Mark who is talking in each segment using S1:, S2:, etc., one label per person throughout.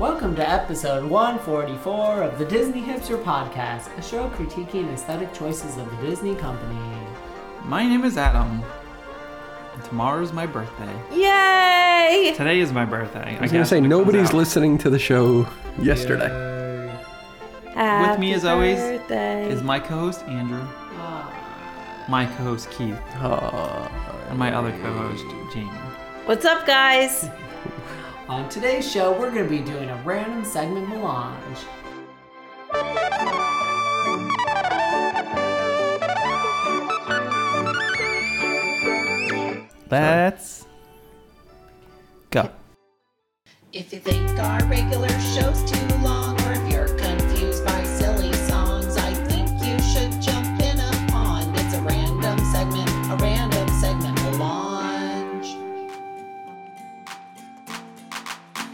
S1: Welcome to episode 144 of the Disney Hipster Podcast, a show critiquing aesthetic choices of the Disney company.
S2: My name is Adam. And Tomorrow's my birthday.
S3: Yay!
S2: Today is my birthday.
S4: I was gonna say nobody's listening to the show yesterday.
S1: Yay.
S3: Happy
S2: me as always
S3: birthday.
S2: Is my co-host Andrew,
S5: Ah.
S2: my co-host Keith,
S4: Uh,
S2: and my other co-host Jamie.
S3: What's up, guys?
S1: On today's show, we're going to be doing a random segment melange.
S2: Let's go.
S5: If you think our regular show's too long, or if you're confused by silly songs, I think you should jump in a pond. It's a random segment, a random segment melange.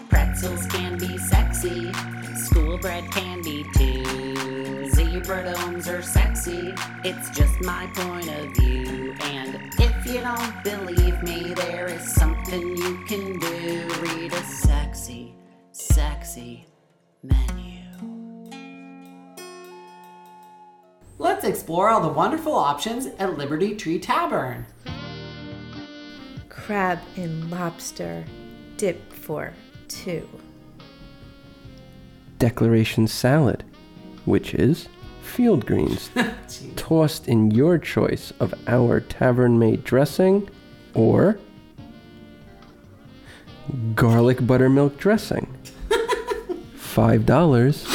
S5: Pretzels can be sexy, school bread can be too. Zebra domes are sexy, it's just my point of view. And if you don't believe me, there is something you can do. Read a sexy, sexy menu.
S1: Let's explore all the wonderful options at Liberty Tree Tavern.
S3: Crab and lobster dip for two.
S4: declaration salad, which is field greens
S1: Gee.
S4: tossed in your choice of our tavern-made dressing, or garlic buttermilk dressing. Five dollars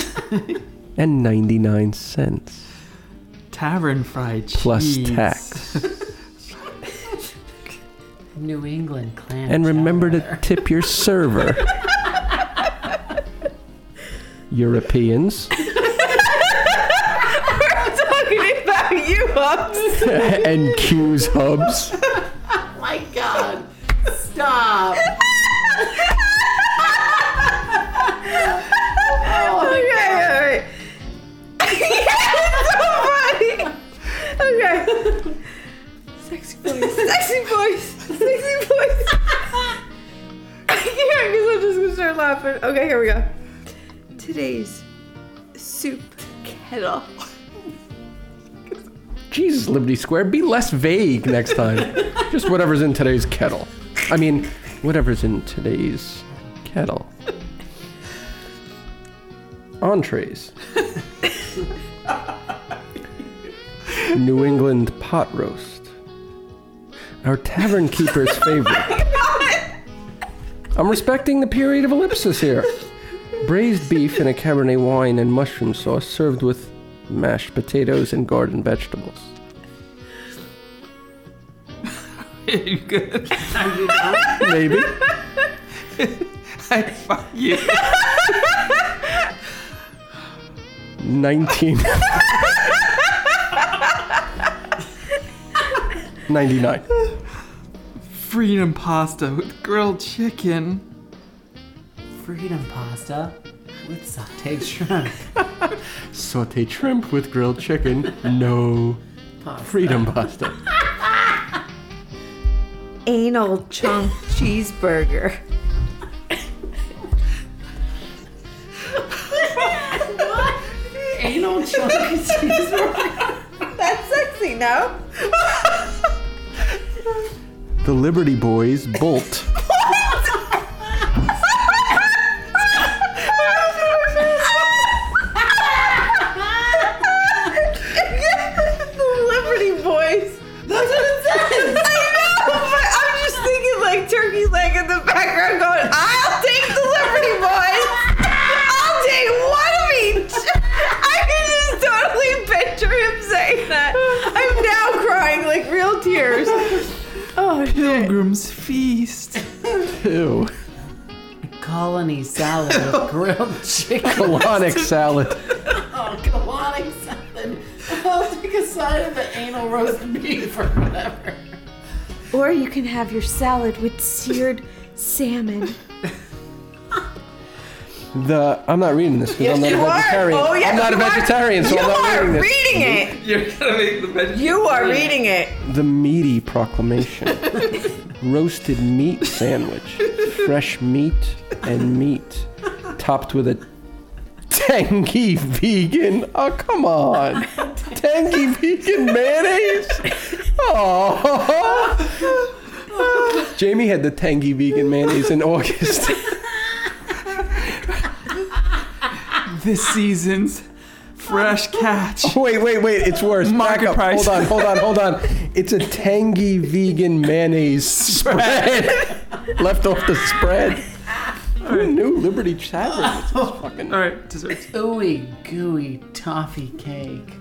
S4: and ninety-nine cents
S2: Tavern fried cheese.
S4: plus tax.
S1: New England clam.
S4: And remember
S1: chowder.
S4: to tip your server. Europeans
S3: I'm talking about you, Hubs.
S4: and Q's hubs.
S1: Oh my god! Stop! Oh,
S3: Oh, okay, alright. Okay. Sexy voice. Sexy voice. Sexy voice. I can't because I'm just gonna start laughing. Okay, here we go. Today's soup kettle.
S4: Jesus, Liberty Square, be less vague next time. Just whatever's in today's kettle. I mean, whatever's in today's kettle. Entrees. New England pot roast. Our tavern keeper's favorite. I'm respecting the period of ellipsis here. Braised beef in a Cabernet wine and mushroom sauce served with mashed potatoes and garden vegetables.
S2: you good?
S1: Are you done?
S4: Maybe.
S2: I fuck you.
S4: 19. 99.
S2: Freedom pasta with grilled chicken.
S1: Freedom pasta with sauteed shrimp.
S4: Saute shrimp with grilled chicken. No. Freedom pasta.
S3: Anal chunk cheeseburger.
S1: Anal chunky cheeseburger.
S3: That's sexy, no?
S4: The Liberty Boys bolt.
S3: the Liberty Boys. That's what it says. I know, but I'm just thinking like turkey leg in the background going, I'll take the Liberty Boys. I'll take one of each. I can just totally picture him saying that. I'm now crying like real tears. Oh, shit.
S2: Pilgrim's feast.
S4: Ew.
S1: Colony salad with grilled chicken.
S4: Colonic salad.
S1: Oh, colonic salad. I'll take a side of the anal roast beef or whatever.
S3: Or you can have your salad with seared salmon.
S4: The I'm not reading this because I'm not
S3: Yes,
S4: a
S3: you are.
S4: vegetarian.
S3: Oh, yes,
S4: I'm not a
S3: you are.
S4: vegetarian, so
S3: you
S4: I'm not
S3: are
S4: reading this.
S3: reading it.
S2: You're gonna make the veg.
S3: You are reading it.
S4: The meaty proclamation. Roasted meat sandwich. Fresh meat and meat. topped with a tangy vegan. Oh, come on. Tangy vegan mayonnaise? Oh. Jamie had the tangy vegan mayonnaise in August.
S2: This season's fresh catch.
S4: Wait, wait, wait. It's worse.
S2: Market
S4: Back up.
S2: price.
S4: Hold on, hold on, hold on. It's a tangy vegan mayonnaise spread. Left off the spread. Who knew Liberty Tavern was this fucking...
S2: All right, desserts.
S1: Ooey gooey toffee cake.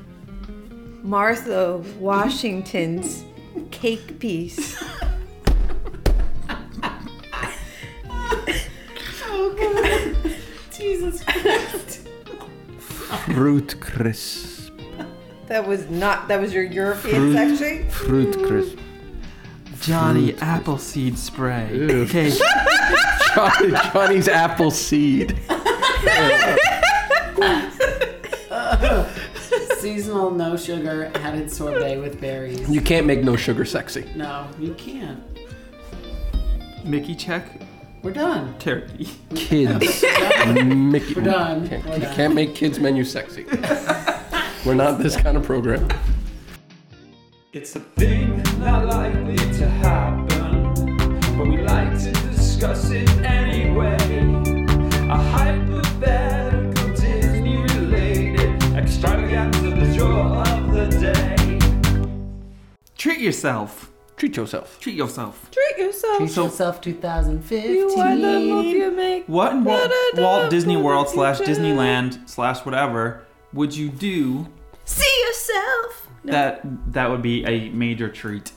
S3: Martha Washington's cake piece.
S1: Jesus.
S4: Fruit crisp.
S3: That was not. That was your European section.
S4: Fruit crisp.
S2: Johnny Appleseed Spray.
S4: Ew.
S2: Okay.
S4: Johnny, Johnny's apple seed.
S1: Seasonal no sugar added sorbet with berries.
S4: You can't make no sugar sexy.
S1: no, you can't.
S2: Mickey check.
S1: We're done.
S2: Turkey.
S4: Kids. Mickey.
S1: We're done.
S4: Can't-
S1: We're
S4: you
S1: done.
S4: can't make kids menu sexy. We're not this kind of program.
S6: It's a thing not likely to happen, but we like to discuss it anyway. A hypothetical Disney related extravaganza, the jaw of the day.
S2: Treat yourself.
S4: Treat yourself.
S2: Treat yourself.
S3: Treat yourself.
S1: Treat yourself 2015.
S3: You are the love you make.
S2: What in Walt,
S3: Da-da-da,
S2: Walt Disney World
S3: da-da-da.
S2: slash Disneyland slash whatever would you do
S3: See yourself.
S2: that that would be a major treat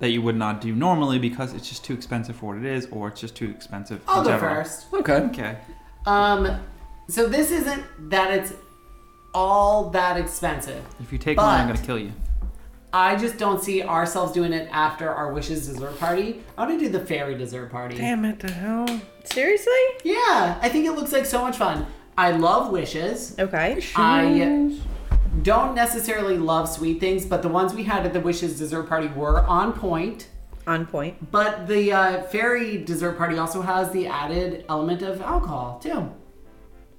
S2: that you would not do normally because it's just too expensive for what it is or it's just too expensive.
S1: I'll go
S2: whichever.
S1: first.
S4: Okay.
S2: Okay.
S1: Um, so this isn't that it's all that expensive.
S2: If you take mine, I'm
S1: But-
S2: gonna kill you.
S1: I just don't see ourselves doing it after our wishes dessert party. I want to do the fairy dessert party.
S4: Damn it to hell.
S3: Seriously?
S1: Yeah, I think it looks like so much fun. I love wishes.
S3: Okay.
S1: I don't necessarily love sweet things, but the ones we had at the wishes dessert party were on point.
S3: On point.
S1: But the uh, fairy dessert party also has the added element of alcohol too.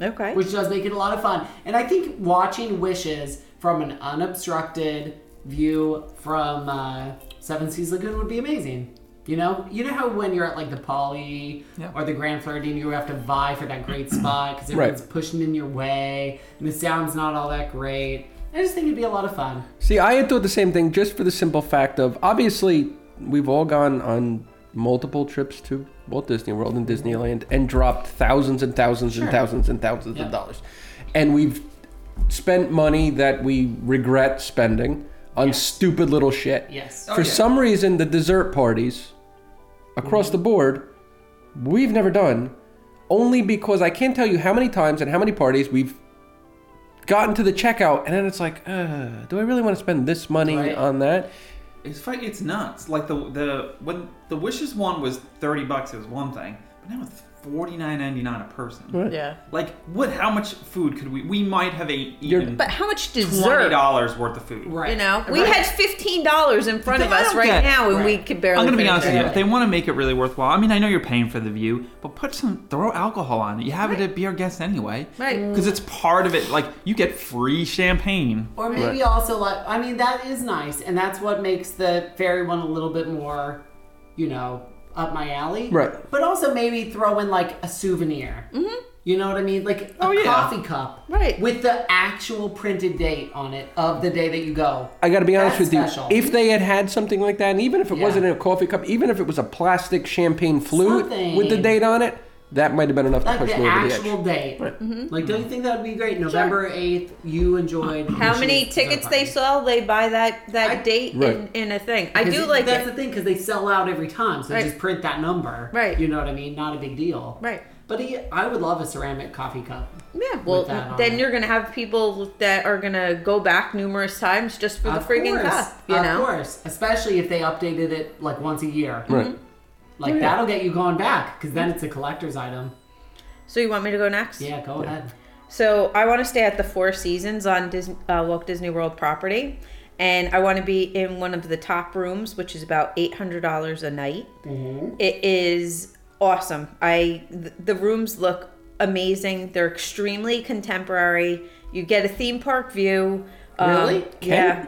S3: Okay.
S1: which does make it a lot of fun. And I think watching Wishes from an unobstructed view from uh, Seven Seas Lagoon would be amazing. You know, you know how when you're at like the Poly
S2: Yeah.
S1: or the Grand Floridian, you have to vie for that great spot because
S4: Right.
S1: everyone's pushing in your way, and the sound's not all that great. I just think it'd be a lot of fun.
S4: See, I had thought the same thing just for the simple fact of obviously we've all gone on multiple trips to Walt Disney World and Disneyland and dropped thousands and thousands and thousands and thousands
S1: Yeah.
S4: of dollars. And we've spent money that we regret spending on stupid little shit.
S1: Yes. Oh,
S4: for
S2: yeah.
S4: some reason, the dessert parties across
S1: Mm-hmm.
S4: the board we've never done only because I can't tell you how many times and how many parties we've gotten to the checkout and then it's like, uh, do I really want to spend this money
S1: Right.
S4: on that?
S2: It's fi- it's nuts. Like the the when the wishes one was thirty bucks, it was one thing, but now it's forty nine ninety nine a person.
S4: Right.
S3: Yeah.
S2: Like what? How much food could we? We might have ate
S4: You're-
S2: eaten
S3: But how much
S2: twenty
S3: dessert?
S2: dollars worth of food.
S1: Right.
S3: You know, we
S1: Right.
S3: had fifteen dollars in front of
S2: I
S3: us
S2: don't
S3: right
S2: get-
S3: now, and we
S1: right.
S3: could barely.
S2: I'm gonna be
S3: finish
S2: honest with you.
S3: it.
S2: If they want to make it really worthwhile, I mean, I know you're paying for the view, but put some throw alcohol on it. You have it at Be Our Guest anyway,
S3: Right.
S2: Because it's part of it. Like you get free champagne.
S1: Or maybe also like I mean that is nice, and that's what makes the fairy one a little bit more, you know, up my alley.
S4: Right.
S1: But also maybe throw in like a souvenir. Mm-hmm. You know what I mean? Like a
S2: yeah.
S1: coffee cup.
S3: Right.
S1: With the actual printed date on it of the day that you go.
S4: I got to be honest
S1: That's
S4: with you.
S1: special.
S4: If they had had something like that, and even if it
S1: Yeah.
S4: wasn't in a coffee cup, even if it was a plastic champagne flute with the
S1: Something.
S4: date on it, that might have been enough
S1: Like
S4: to push
S1: the
S4: me over the edge.
S1: actual date.
S3: Mm-hmm.
S1: Like, don't you think that would be great? November 8th, you enjoyed.
S3: How many
S1: Lucia's dessert
S3: tickets they
S1: party.
S3: sell, they buy that that date
S4: Right.
S3: in, in a thing. I
S1: 'Cause
S3: do like
S1: That's the
S3: it.
S1: thing, because they sell out every time, so
S3: Right.
S1: just print that number.
S3: Right.
S1: You know what I mean? Not a big deal.
S3: Right.
S1: But he, I would love a ceramic coffee cup.
S3: Yeah, well,
S1: that on
S3: then
S1: it.
S3: you're gonna have people that are gonna go back numerous times just for the
S1: Of
S3: friggin'
S1: course,
S3: cup. You
S1: of
S3: know,
S1: course, especially if they updated it like once a year.
S4: Right.
S3: Oh,
S1: Like that'll get you going back because then it's a collector's item.
S3: so you want me to go next?
S1: Yeah, go ahead.
S3: So I want to stay at the Four Seasons on Dis- uh, Walt Disney World property, and I want to be in one of the top rooms, which is about eight hundred
S1: Mm-hmm.
S3: dollars a night. It is awesome. I th- the rooms look amazing. They're extremely contemporary. You get a theme park view. Um,
S1: Really?
S3: Yeah.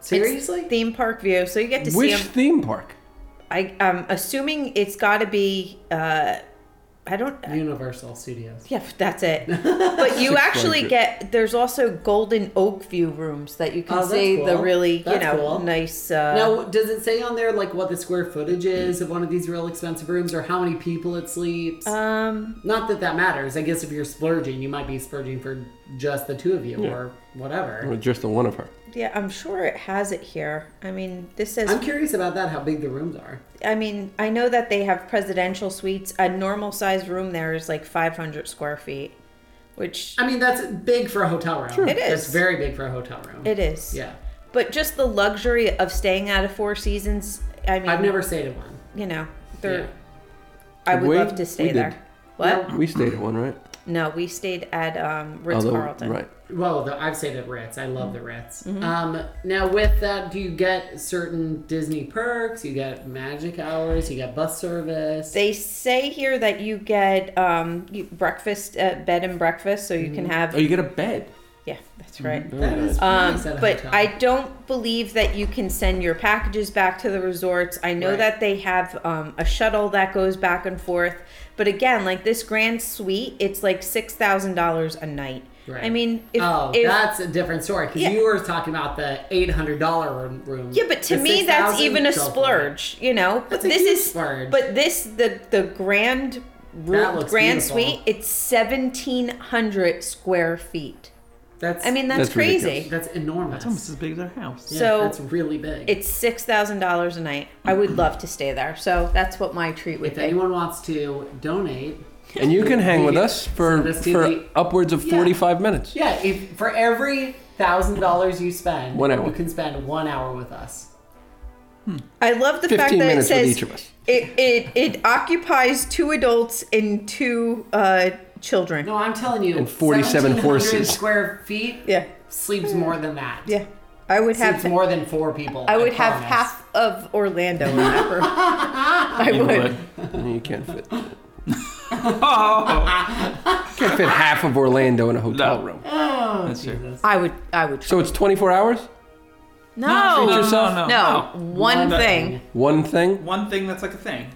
S1: Seriously?
S3: It's theme park view. So you get to
S4: Which
S3: see them.
S4: theme park?
S3: I, I'm assuming it's got to be. Uh, I don't.
S1: Universal Studios.
S3: Yeah, that's it. But you actually
S4: hundred.
S3: get there's also golden oak view rooms that you can
S1: Oh, that's
S3: see the
S1: cool.
S3: really you
S1: That's
S3: know
S1: cool.
S3: nice. Uh,
S1: Now, does it say on there like what the square footage is of one of these real expensive rooms, or how many people it sleeps?
S3: Um,
S1: Not that that matters. I guess if you're splurging, you might be splurging for just the two of you or whatever.
S4: Or just the one of her.
S3: yeah, I'm sure it has it here. I mean, this says.
S1: I'm curious about that. How big the rooms are?
S3: I mean, I know that they have presidential suites. A normal sized room there is like 500 square feet, which
S1: I mean, that's big for a hotel room.
S3: It is.
S1: That's very big for a hotel room.
S3: it is.
S1: Yeah,
S3: But just the luxury of staying out of Four Seasons. I mean,
S1: I've never stayed at one.
S3: You know, they're.
S1: Yeah.
S3: I would
S4: We-
S3: love to stay
S4: we
S3: there.
S4: did.
S3: What?
S4: We stayed at one, right?
S3: No, we stayed at um, Ritz Carlton.
S4: right.
S1: Well, the, I've stayed at Ritz. I love
S3: Mm-hmm.
S1: the Ritz. Um, now, with that, do you get certain Disney perks? You get magic hours. You get bus service.
S3: They say here that you get um, you, breakfast, uh, bed and breakfast, so you can
S1: Mm-hmm.
S3: have.
S4: Oh, you get a bed.
S3: yeah, that's right.
S1: that is
S3: Um,
S1: nice at a
S3: but
S1: hotel.
S3: I don't believe that you can send your packages back to the resorts. I know
S1: Right.
S3: that they have um, a shuttle that goes back and forth. But again, like this grand suite, it's like six thousand dollars a night.
S1: Right.
S3: I mean, if,
S1: oh,
S3: if
S1: that's a different story because
S3: Yeah.
S1: you were talking about the eight hundred dollar room, room.
S3: yeah, but to
S1: The
S3: me, that's
S1: $6,000,
S3: even
S1: go
S3: a
S1: for it.
S3: splurge. You know,
S1: That's a
S3: but this
S1: huge
S3: is
S1: splurge.
S3: But this the the grand
S1: That
S3: room,
S1: looks
S3: grand
S1: beautiful.
S3: suite. It's seventeen hundred square feet.
S1: That's
S3: I mean, that's,
S4: That's
S3: crazy.
S4: ridiculous.
S1: that's enormous.
S2: Almost as big as our house.
S1: Yeah,
S3: so-
S1: that's really big.
S3: It's six thousand dollars a night. I would love to stay there. So that's what my treat would
S1: if
S3: be.
S1: anyone wants to donate,
S4: And you can hang with
S1: Yeah.
S4: us for,
S1: Let's do
S4: for
S1: the-
S4: upwards of
S1: Yeah.
S4: 45 minutes.
S1: yeah, if for every thousand dollars you spend,
S4: One hour.
S1: you can spend one hour with us.
S3: I love the
S4: 15
S3: fact that it
S4: minutes with
S3: says
S4: each of us.
S3: It, it it occupies two adults and two uh, children.
S1: No, I'm telling you,
S4: And 47
S1: 1,700
S4: horses.
S1: square feet.
S3: Yeah,
S1: sleeps more than that.
S3: yeah. I would
S1: sleeps
S3: have
S1: more than four people.
S3: I would have
S1: promise.
S3: half of Orlando in that room. I
S4: You,
S3: would.
S4: would. you can't fit.
S2: Oh,
S4: Can't fit half of Orlando in a hotel
S2: No.
S4: room.
S1: Oh,
S2: That's true.
S1: Jesus.
S3: I would. I would.
S4: So it's 24 hours?
S3: No,
S2: no,
S3: no,
S2: yourself? no, no,
S3: one
S2: One
S3: thing.
S4: One thing?
S2: one thing that's like a thing.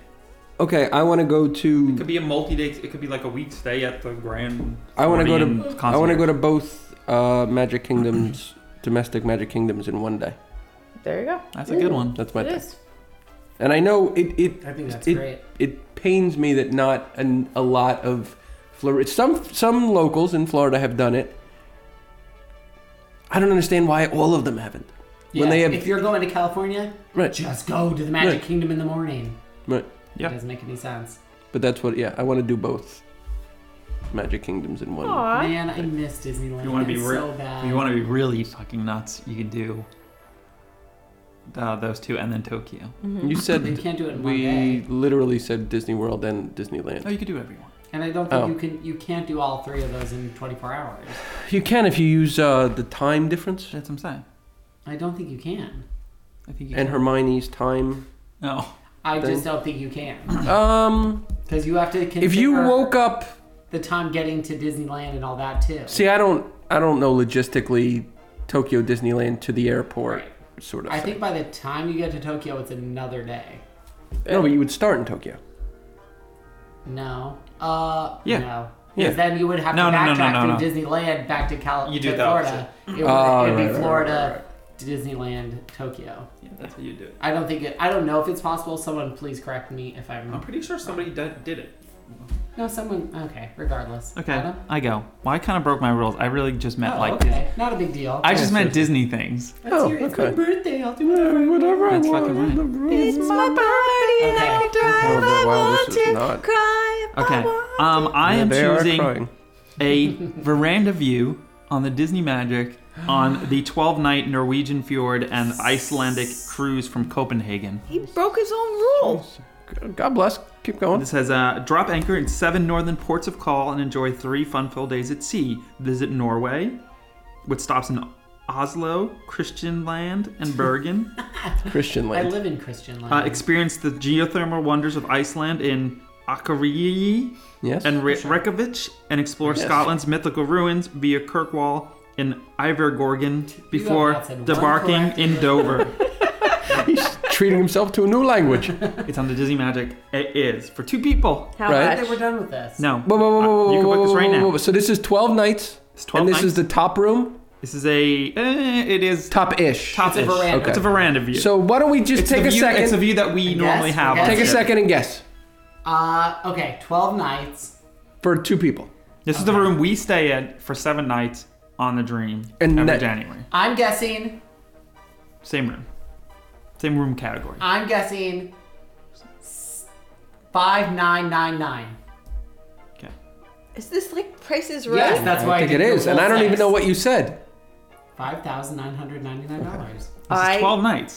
S4: Okay, I want to go
S2: It could
S4: to.
S2: be a multi-day. It could be like a week stay at the Grand.
S4: I want to go
S2: Floridian
S4: to. I
S2: Concierge.
S4: want to go to both uh, Magic Kingdoms, domestic Magic Kingdoms in one day.
S3: There you go.
S2: That's a good one.
S4: That's my
S3: It
S4: thing.
S3: is.
S4: And I know it. it
S1: I think that's
S4: it,
S1: great.
S4: It pains me that not an, a lot of Florida. Some some locals in Florida have done it. I don't understand why all of them haven't.
S1: Yeah,
S4: When they have
S1: if you're going to California,
S4: right,
S1: just go to the Magic
S4: Right.
S1: Kingdom in the morning.
S4: right.
S2: Yeah.
S1: It doesn't make any sense.
S4: But that's what. Yeah, I want to do both. Magic Kingdoms in one.
S1: Man, I miss Disneyland.
S2: You want to be
S1: so
S2: real.
S1: bad.
S2: you want to be really fucking nuts. You can do uh, those two, and then Tokyo.
S4: You said
S1: Mm-hmm. You can't do it in one
S4: we
S1: day.
S4: literally said Disney World and Disneyland.
S2: Oh, you could do everyone.
S1: And I don't think
S4: Oh.
S1: you can. You can't do all three of those in 24 hours.
S4: You can if you use uh, the time difference
S2: That's what I'm saying.
S1: I don't think you can.
S2: I think you can.
S4: and Hermione's time.
S2: No.
S1: I
S4: Then-
S1: just don't think you can
S4: Um,
S1: because you have to consider
S4: if you woke up,
S1: the time getting to Disneyland and all that too.
S4: see, I don't, I don't know logistically Tokyo Disneyland to the airport
S1: Right.
S4: sort of.
S1: I
S4: thing.
S1: think by the time you get to Tokyo, it's another day.
S4: no, but you would start in Tokyo.
S1: No. Uh.
S2: Yeah.
S1: No.
S4: Yeah.
S1: Because then you would have
S2: No,
S1: to
S2: no, no, no,
S1: backtrack
S2: no,
S1: through Disneyland back to California.
S2: You do
S1: to
S2: the
S1: Florida. It would
S4: Oh,
S1: it'd
S4: right,
S1: be
S4: right,
S1: Florida,
S4: right, right,
S1: to Disneyland, Tokyo.
S2: Yeah, that's how you do it.
S1: I don't think it. I don't know if it's possible. Someone please correct me if I'm.
S2: I'm pretty sure somebody did, did it.
S1: No, someone. Okay, regardless.
S2: Okay,
S1: Adam?
S2: I go. Well, I kind of broke my rules. I really just meant
S1: Oh,
S2: like
S1: okay.
S2: Disney.
S1: Not a big deal.
S2: I just meant Disney things.
S1: That's
S4: Oh,
S1: your, It's
S4: okay.
S1: my birthday. I'll do whatever. I want.
S4: Whatever
S2: That's
S4: I want.
S2: fucking right.
S3: It's my birthday and I
S1: Okay.
S4: Oh,
S3: drive. I
S4: but wow,
S3: want
S4: this is
S3: to
S4: not-
S3: cry. if I
S2: Okay.
S3: want
S2: Um, I am
S4: Ah, they are
S2: choosing
S4: crying.
S2: a veranda view on the Disney Magic on the 12-night Norwegian fjord and Icelandic cruise from Copenhagen.
S3: to. He broke his own
S1: Oh.
S3: rule.
S4: God bless. Keep going.
S2: This has uh, drop anchor in seven northern ports of call and enjoy three fun-filled days at sea. Visit Norway, with stops in Oslo, Christianland, and Bergen.
S4: Christian
S1: I
S4: land.
S1: live in Christian land.
S2: Uh, experience the geothermal wonders of Iceland in Akureyri
S4: Yes.
S2: and Re- Reykjavik and explore Scotland's mythical ruins via Kirkwall and Ivergorgan before
S1: not said one
S2: debarking
S1: correct
S2: in Dover.
S4: He's treating himself to a new language. Whoa,
S2: it's on the Disney Magic. It is for two people.
S3: How
S4: Right.
S1: That
S3: much?
S1: we're done with this.
S2: No,
S4: whoa, whoa,
S2: Uh,
S4: whoa, whoa,
S2: you can
S4: whoa,
S2: book this
S4: whoa,
S2: right
S4: whoa,
S2: now.
S4: whoa. So this is 12 nights,
S2: It's 12
S4: and this
S2: nights.
S4: is the top room,
S2: This is a. eh, it is
S4: top-ish.
S2: top.
S1: It's a veranda.
S4: Okay.
S2: It's a veranda view.
S4: So why don't we just
S2: it's
S4: take
S2: the
S4: a
S2: view,
S4: second?
S2: It's a view that we normally
S1: Yes,
S2: have.
S1: yes.
S4: take a
S2: here.
S4: second and guess
S1: Uh, okay, 12 nights.
S4: for two people.
S2: This is the room we stay in for seven nights on the Dream
S4: And
S2: every
S4: that-
S2: January.
S1: I'm guessing,
S2: Same room. Same room category.
S1: I'm guessing s- 5999.
S2: Okay.
S3: Is this like prices right?
S1: Yes, that's
S4: I
S1: why
S4: think
S1: did
S4: it
S1: the
S4: is, and
S1: full
S4: I don't even
S1: six.
S4: know what you said.
S1: $5,999.
S2: This is
S3: I-
S2: 12 nights.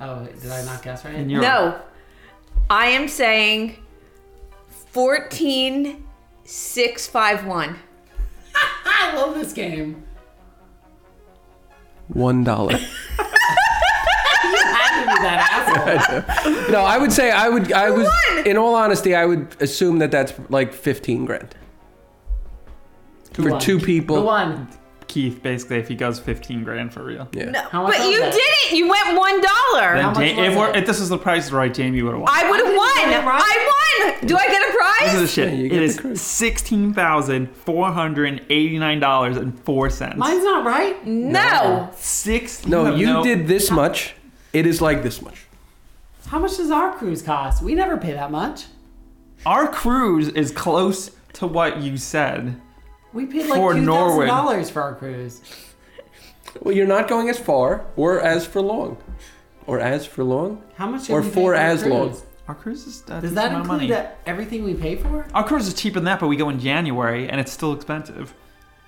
S1: Oh, did I not guess right?
S2: And you're
S3: No. I am saying 14651.
S1: I love this game.
S4: One dollar.
S1: Had to be that asshole.
S4: no, I would say I would. I was,
S3: One!
S4: in all honesty, I would assume that that's like fifteen grand for
S1: won?
S4: two people.
S1: The one.
S2: Keith, basically, if he goes 15 grand for real.
S4: Yeah.
S3: No,
S1: How much
S3: but
S1: was
S3: you
S1: that?
S3: did it. You went one dollar.
S2: Then
S1: much
S2: Jane, if,
S1: was
S2: we're,
S1: it?
S2: if this was the price right, Jamie would have won.
S3: I would have
S1: didn't get
S3: won.
S1: it right.
S3: I won. Do I get a
S2: this is the
S3: prize?
S2: shit.
S4: Yeah, you
S2: it
S4: get the
S2: is
S4: cruise.
S2: $16,489.04.
S1: Mine's not right.
S3: No.
S2: six.
S4: No,
S2: have
S4: you did this much. It is like this much.
S1: How much does our cruise cost? We never pay that much.
S2: Our cruise is close to what you said.
S1: We paid like
S2: For
S1: two
S2: Norway.
S1: thousand dollars for our cruise.
S4: Well, you're not going as far or as for long, or as for long.
S1: How much? did
S4: Or
S1: we pay
S4: for
S1: our
S4: as
S1: cruise?
S4: long.
S2: Our cruise is
S1: Does
S2: uh, decent
S1: that
S2: amount of money.
S1: include that everything we pay for?
S2: Our cruise is cheaper than that, but we go in January and it's still expensive.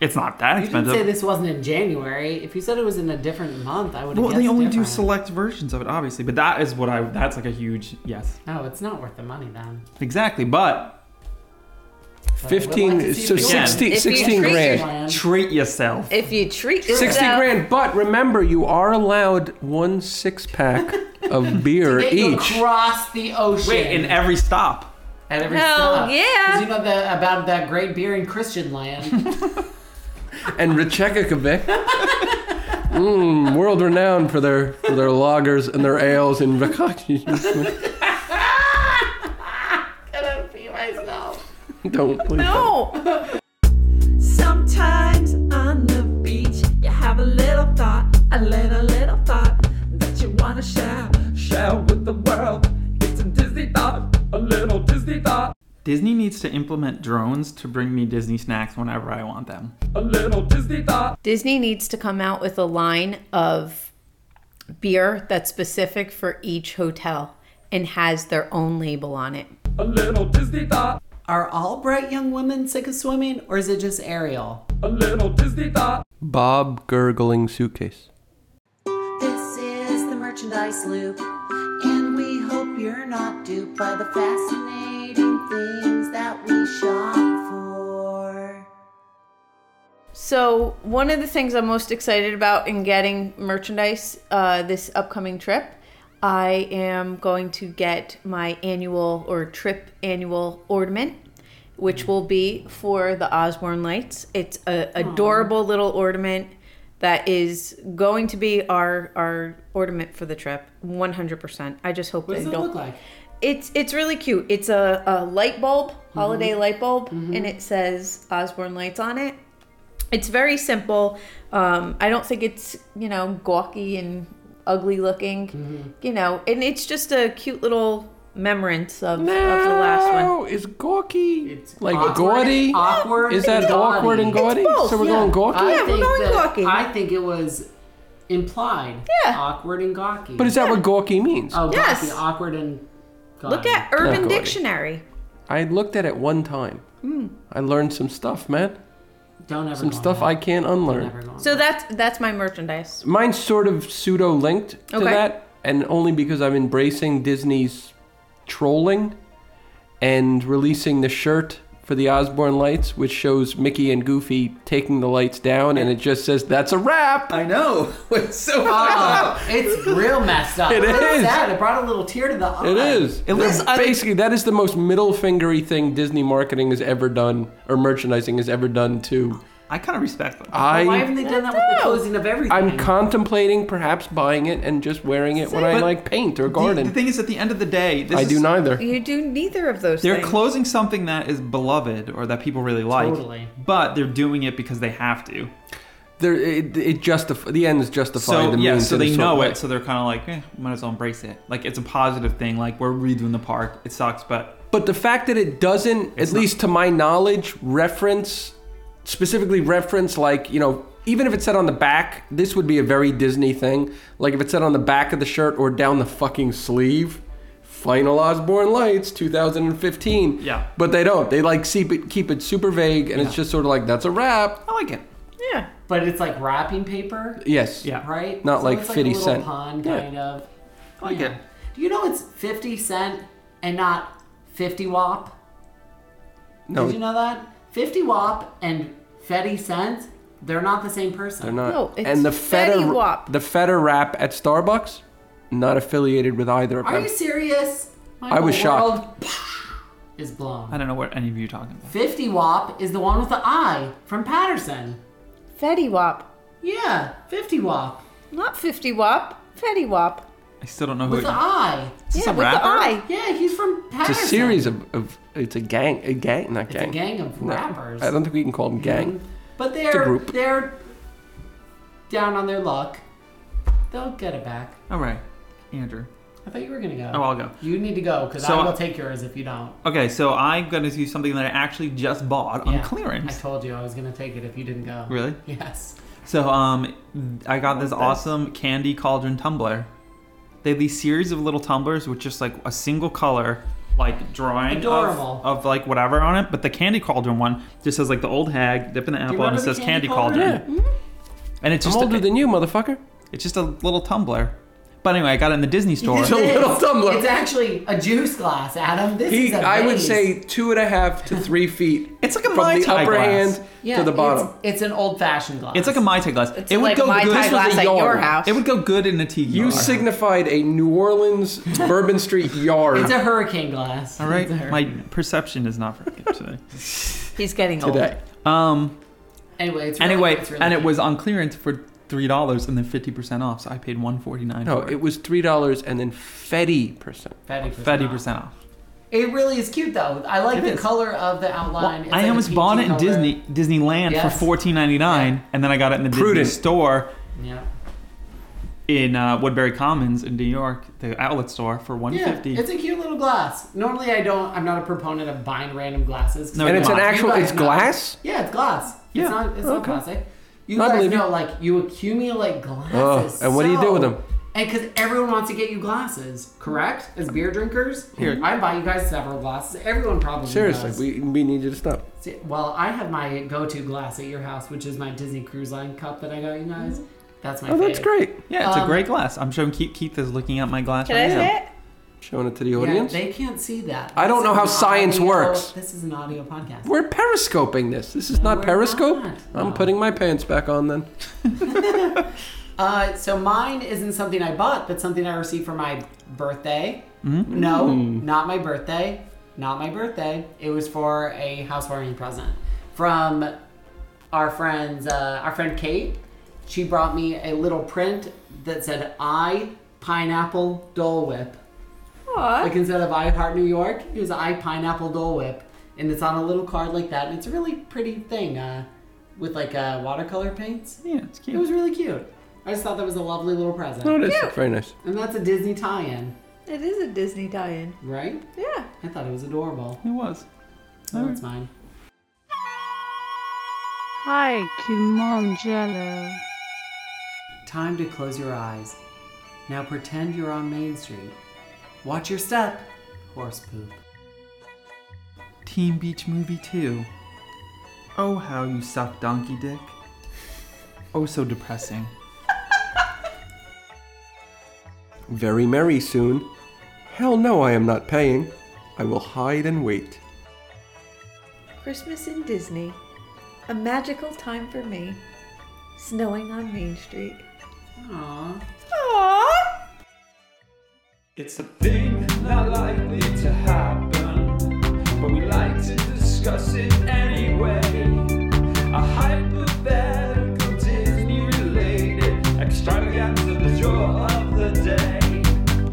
S2: It's not that
S1: You didn't say
S2: expensive.
S1: this wasn't in January. If you said it was in a different month, I would. have
S2: Well, they only do
S1: different.
S2: select versions of it, obviously, but that is what I. That's like a huge yes,
S1: No, it's not worth the money then.
S2: exactly.
S1: But
S2: But
S1: I would
S4: Fifteen.
S1: like to see
S4: so
S1: if you
S2: can.
S4: 16,
S3: If you
S4: 16
S3: treat
S4: grand.
S1: plan.
S2: treat yourself.
S3: If you treat
S4: Sixty
S3: yourself-
S4: grand. But remember, you are allowed one six pack of beer
S1: They go
S4: each.
S1: across the ocean.
S2: Wait, in every stop.
S1: at every
S3: Hell
S1: stop.
S3: yeah.
S1: 'Cause You know the, about that great beer in Christian land.
S4: and Reykjavik. Mm, world renowned for their for their lagers and their ales and Reykjavik.
S1: Gonna pee myself.
S4: Don't please.
S3: No.
S7: Sometimes on the beach, you have a little thought, a little, little thought that you want to share, share with the world. It's a Disney thought, a little Disney thought,
S2: Disney needs to implement drones to bring me Disney snacks whenever I want them.
S7: a little Disney thought.
S3: Disney needs to come out with a line of beer that's specific for each hotel and has their own label on it.
S7: A little Disney thought,
S1: Are all bright young women sick of swimming, or is it just Ariel?
S7: a little Disney thought.
S4: Bob gurgling suitcase.
S5: This is the merchandise loop, and we hope you're not duped by the fascinating things that we shop for.
S3: So, one of the things I'm most excited about in getting merchandise uh, this upcoming trip, I am going to get my annual or trip annual ornament,
S1: Mm.
S3: which will be for the Osborne lights. It's a adorable little ornament that is going to be our our ornament for the trip 100%. I just hope
S1: What does
S3: they
S1: it
S3: don't
S1: look like?
S3: it's it's really cute. It's a, a light bulb,
S2: Mm-hmm.
S3: holiday light bulb, and it says Osborne Lights on it. It's very simple. Um, I don't think it's you know gawky and ugly looking,
S2: Mm-hmm.
S3: you know, and it's just a cute little memorance of, of the last one.
S4: No, is gawky like
S1: awkward,
S4: gaudy?
S1: Awkward.
S4: Is that
S1: and gaudy.
S4: awkward and gaudy?
S3: both,
S4: so we're
S3: yeah.
S4: going gawky.
S1: I
S3: Yeah, we're
S1: think
S3: going
S1: that-
S3: gawky.
S1: I think it was implied.
S3: Yeah.
S1: Awkward and gawky.
S4: but is that what gawky means?
S1: oh,
S3: Yes.
S1: gawky, awkward and gaudy.
S3: Look at
S4: Not
S3: Urban
S4: gaudy.
S3: Dictionary.
S4: I looked at it one time.
S3: Hmm.
S4: I learned some stuff, man.
S1: Don't ever
S4: Some
S1: go on
S4: stuff
S1: that.
S4: I can't
S1: Don't
S4: unlearn.
S1: ever go on
S3: So that's that's my merchandise.
S4: Mine's sort of pseudo linked to
S3: Okay.
S4: that, and only because I'm embracing Disney's trolling and releasing the shirt for the Osborne lights, which shows Mickey and Goofy taking the lights down, and it just says, That's a wrap!
S8: I know. It's so
S1: Oh, it's real messed up.
S4: It
S1: It is.
S4: is.
S1: Sad. It brought a little tear to the eye.
S4: It is.
S8: At least
S4: They're
S8: I like-
S4: basically, that is the most middle fingery thing Disney marketing has ever done, or merchandising has ever done to.
S2: I kind of respect that.
S1: But why haven't
S4: I,
S1: they done that with the closing of everything?
S4: I'm contemplating perhaps buying it and just wearing it when I
S2: But
S4: like paint or
S2: The-
S4: garden.
S2: The, thing is, at the end of the day, this
S4: I
S2: is,
S4: do neither.
S3: You do neither of those
S2: They're
S3: things.
S2: closing something that is beloved or that people really like,
S1: Totally.
S2: but they're doing it because they have to.
S4: There, it, it justif- the ends justify
S2: So
S4: the
S2: yeah,
S4: means.
S2: so
S4: in a
S2: they
S4: sort of
S2: know
S4: way.
S2: it, so they're kind of like, eh, might as well embrace it. Like it's a positive thing. Like we're redoing the park. It sucks, but
S4: But the fact that it doesn't,
S2: It's
S4: at
S2: not-
S4: least to my knowledge, reference specifically reference like you know even if it said on the back, this would be a very Disney thing. Like if it said on the back of the shirt or down the fucking sleeve, Final Osborne Lights 2015.
S2: Yeah.
S4: But they don't. They like keep it keep it super vague, and it's
S2: Yeah.
S4: just sort of like that's a wrap.
S2: I like it.
S3: Yeah.
S1: but it's like wrapping paper,
S4: Yes.
S2: Yeah.
S1: right?
S4: Not
S1: so
S4: like
S1: it's
S4: 50
S1: like a
S4: cent.
S1: Little pond
S4: Yeah.
S1: kind of.
S2: I like it.
S1: Do you know it's 50 cent and not 50 wop?
S4: No,
S1: Did you know that? 50 wop and Fetty cent, they're not the same person.
S4: they're not.
S3: No, it's
S4: and the
S3: Fetty
S4: feta
S3: Wap.
S4: the feta wrap at Starbucks, not affiliated with either of
S1: Are
S4: them.
S1: you serious? My
S4: I was
S1: whole
S4: shocked.
S1: world Is
S2: I
S1: blown.
S2: don't know what any of you are talking about.
S1: 50 wop is the one with the eye from Patterson.
S3: Fetty Wap.
S1: Yeah, 50 wop
S3: Not 50 Wap. Fetty Wap.
S2: I still don't know who.
S1: with
S2: It,
S1: the eye.
S2: is this
S3: yeah,
S2: a
S3: with the
S2: rapper?
S3: eye.
S1: Yeah, he's from Patterson.
S4: It's a series of, of it's a gang, a gang, not
S1: It's a
S4: gang.
S1: gang Mm-hmm. of
S4: No,
S1: rappers.
S4: I don't think we can call them gang.
S1: But
S4: a
S1: they're
S4: group.
S1: they're down on their luck. They'll get it back.
S2: All right, Andrew.
S1: I thought you were gonna go.
S2: Oh, I'll go.
S1: You need to go because
S2: So
S1: I will
S2: I-
S1: take yours if you don't.
S2: Okay, so I'm gonna do something that I actually just bought on
S1: Yeah.
S2: clearance.
S1: I told you I was gonna take it if you didn't go.
S2: Really?
S1: Yes.
S2: So um, I got this awesome candy cauldron tumbler. They have these series of little tumblers with just like a single color, like drawing of-
S1: Adorable.
S2: Of, like whatever on it. But the candy cauldron one just says like the old hag dipping the apple and
S1: remember
S2: it
S1: the
S2: says
S1: candy
S2: candy, cauldron.
S1: cauldron?
S2: And it's
S4: I'm
S2: just
S4: older
S2: a,
S4: than you, motherfucker.
S2: it's just a little tumbler. But anyway, I got it in the Disney store.
S1: It
S4: a little
S1: is.
S4: tumbler.
S1: It's actually a juice glass, Adam. This
S4: He,
S1: is a
S4: I would
S1: vase.
S4: say two and a half to three feet.
S2: It's like a
S4: from
S2: Mai
S4: the
S2: Tai
S4: upper
S2: glass.
S4: hand
S1: yeah,
S4: to the bottom.
S1: It's, it's an old-fashioned glass.
S2: It's like a mai tai glass.
S3: It's
S2: it would
S3: like
S2: go
S3: my
S2: good.
S3: tie
S2: This was a
S3: glass at
S2: yard.
S3: your house.
S2: It would go good in a tea.
S4: You
S2: yard.
S4: signified a New Orleans Bourbon Street yard.
S1: It's a hurricane glass.
S2: All right,
S1: It's a hur-
S2: my perception is not very good today.
S3: He's getting old.
S4: today.
S2: Um.
S1: Anyway, it's really,
S2: anyway,
S1: it's really
S2: and it
S1: cute.
S2: was on clearance for three dollars and then fifty percent off. So I paid one forty nine.
S4: No,
S2: for
S4: Oh, it was three dollars and then fetty percent.
S1: fatty
S2: thirty percent off.
S1: It really is cute though. I like
S2: It
S1: the
S2: is.
S1: color of the outline.
S2: Well,
S1: It's
S2: I
S1: like a
S2: almost
S1: peachy
S2: bought it in
S1: color.
S2: Disney Disneyland
S1: Yes.
S2: for fourteen ninety nine,
S1: Yeah.
S2: and then I got it in the
S4: Prudent.
S2: Disney store
S1: Yeah.
S2: in uh, Woodbury Commons in New York, the outlet store for one
S1: Yeah,
S2: fifty.
S1: it's a cute little glass. Normally, I don't. I'm not a proponent of buying random glasses.
S2: No,
S4: And
S2: you
S4: it's an
S2: guys
S4: actual. It's
S1: know-
S4: glass.
S1: Yeah, it's glass.
S2: Yeah.
S1: It's not. It's not
S4: Okay.
S1: plastic. You
S4: No, I
S1: guys
S4: believe you.
S1: know, like you accumulate glasses.
S4: Oh, and what do you do
S1: so-
S4: with them?
S1: And because everyone wants to get you glasses, correct? As beer drinkers,
S2: Here.
S1: I buy you guys several glasses. Everyone probably
S4: Seriously,
S1: does.
S4: we we need you to stop.
S1: See, Well, I have my go-to glass at your house, which is my Disney Cruise Line cup that I got you guys. That's my.
S4: Oh, that's
S1: fave.
S4: great.
S2: yeah, it's a
S1: Um,
S2: great glass. I'm showing Keith. Keith is looking at my glass
S3: Can
S2: right
S3: I
S2: now.
S3: say it?
S4: Showing it to the
S1: Yeah,
S4: audience.
S1: they can't see that.
S4: I don't
S1: This
S4: know
S1: is
S4: how
S1: an
S4: science
S1: audio-
S4: works.
S1: This is an audio podcast.
S4: We're periscoping this. This is
S1: No,
S4: not
S1: we're
S4: periscope.
S1: not.
S4: I'm
S1: No.
S4: putting my pants back on then.
S1: Uh, so mine isn't something I bought, but something I received for my birthday.
S4: Mm-hmm.
S1: No,
S4: Mm.
S1: not my birthday. Not my birthday. It was for a housewarming present from our friends. Uh, our friend Kate. She brought me a little print that said "I Pineapple Dole Whip."
S3: Aw.
S1: Like instead of I Heart New York, it was I Pineapple Dole Whip, and it's on a little card like that, and it's a really pretty thing uh, with like uh, watercolor paints.
S2: Yeah, it's
S1: It
S2: cute.
S1: was really cute. I just thought that was a lovely little present,
S4: No, it is Oh, very nice.
S1: and that's a Disney tie-in,
S3: It is a Disney tie-in.
S1: right?
S3: Yeah.
S1: I thought it was adorable.
S2: It was.
S1: So
S2: Mm.
S1: that's mine.
S9: Hi, Kumongello.
S1: Time to close your eyes. Now pretend you're on Main Street. Watch your step. Horse poop.
S2: Teen Beach Movie 2. Oh, how you suck donkey dick. Oh, so depressing.
S4: Very merry soon. Hell no, I am not paying. I will hide and wait.
S3: Christmas in Disney. A magical time for me. Snowing on Main Street.
S1: Aww.
S3: Aww.
S6: It's a thing not likely to happen, but we like to discuss it anyway. A hypothetical Disney related extravaganza, the jaw of the day.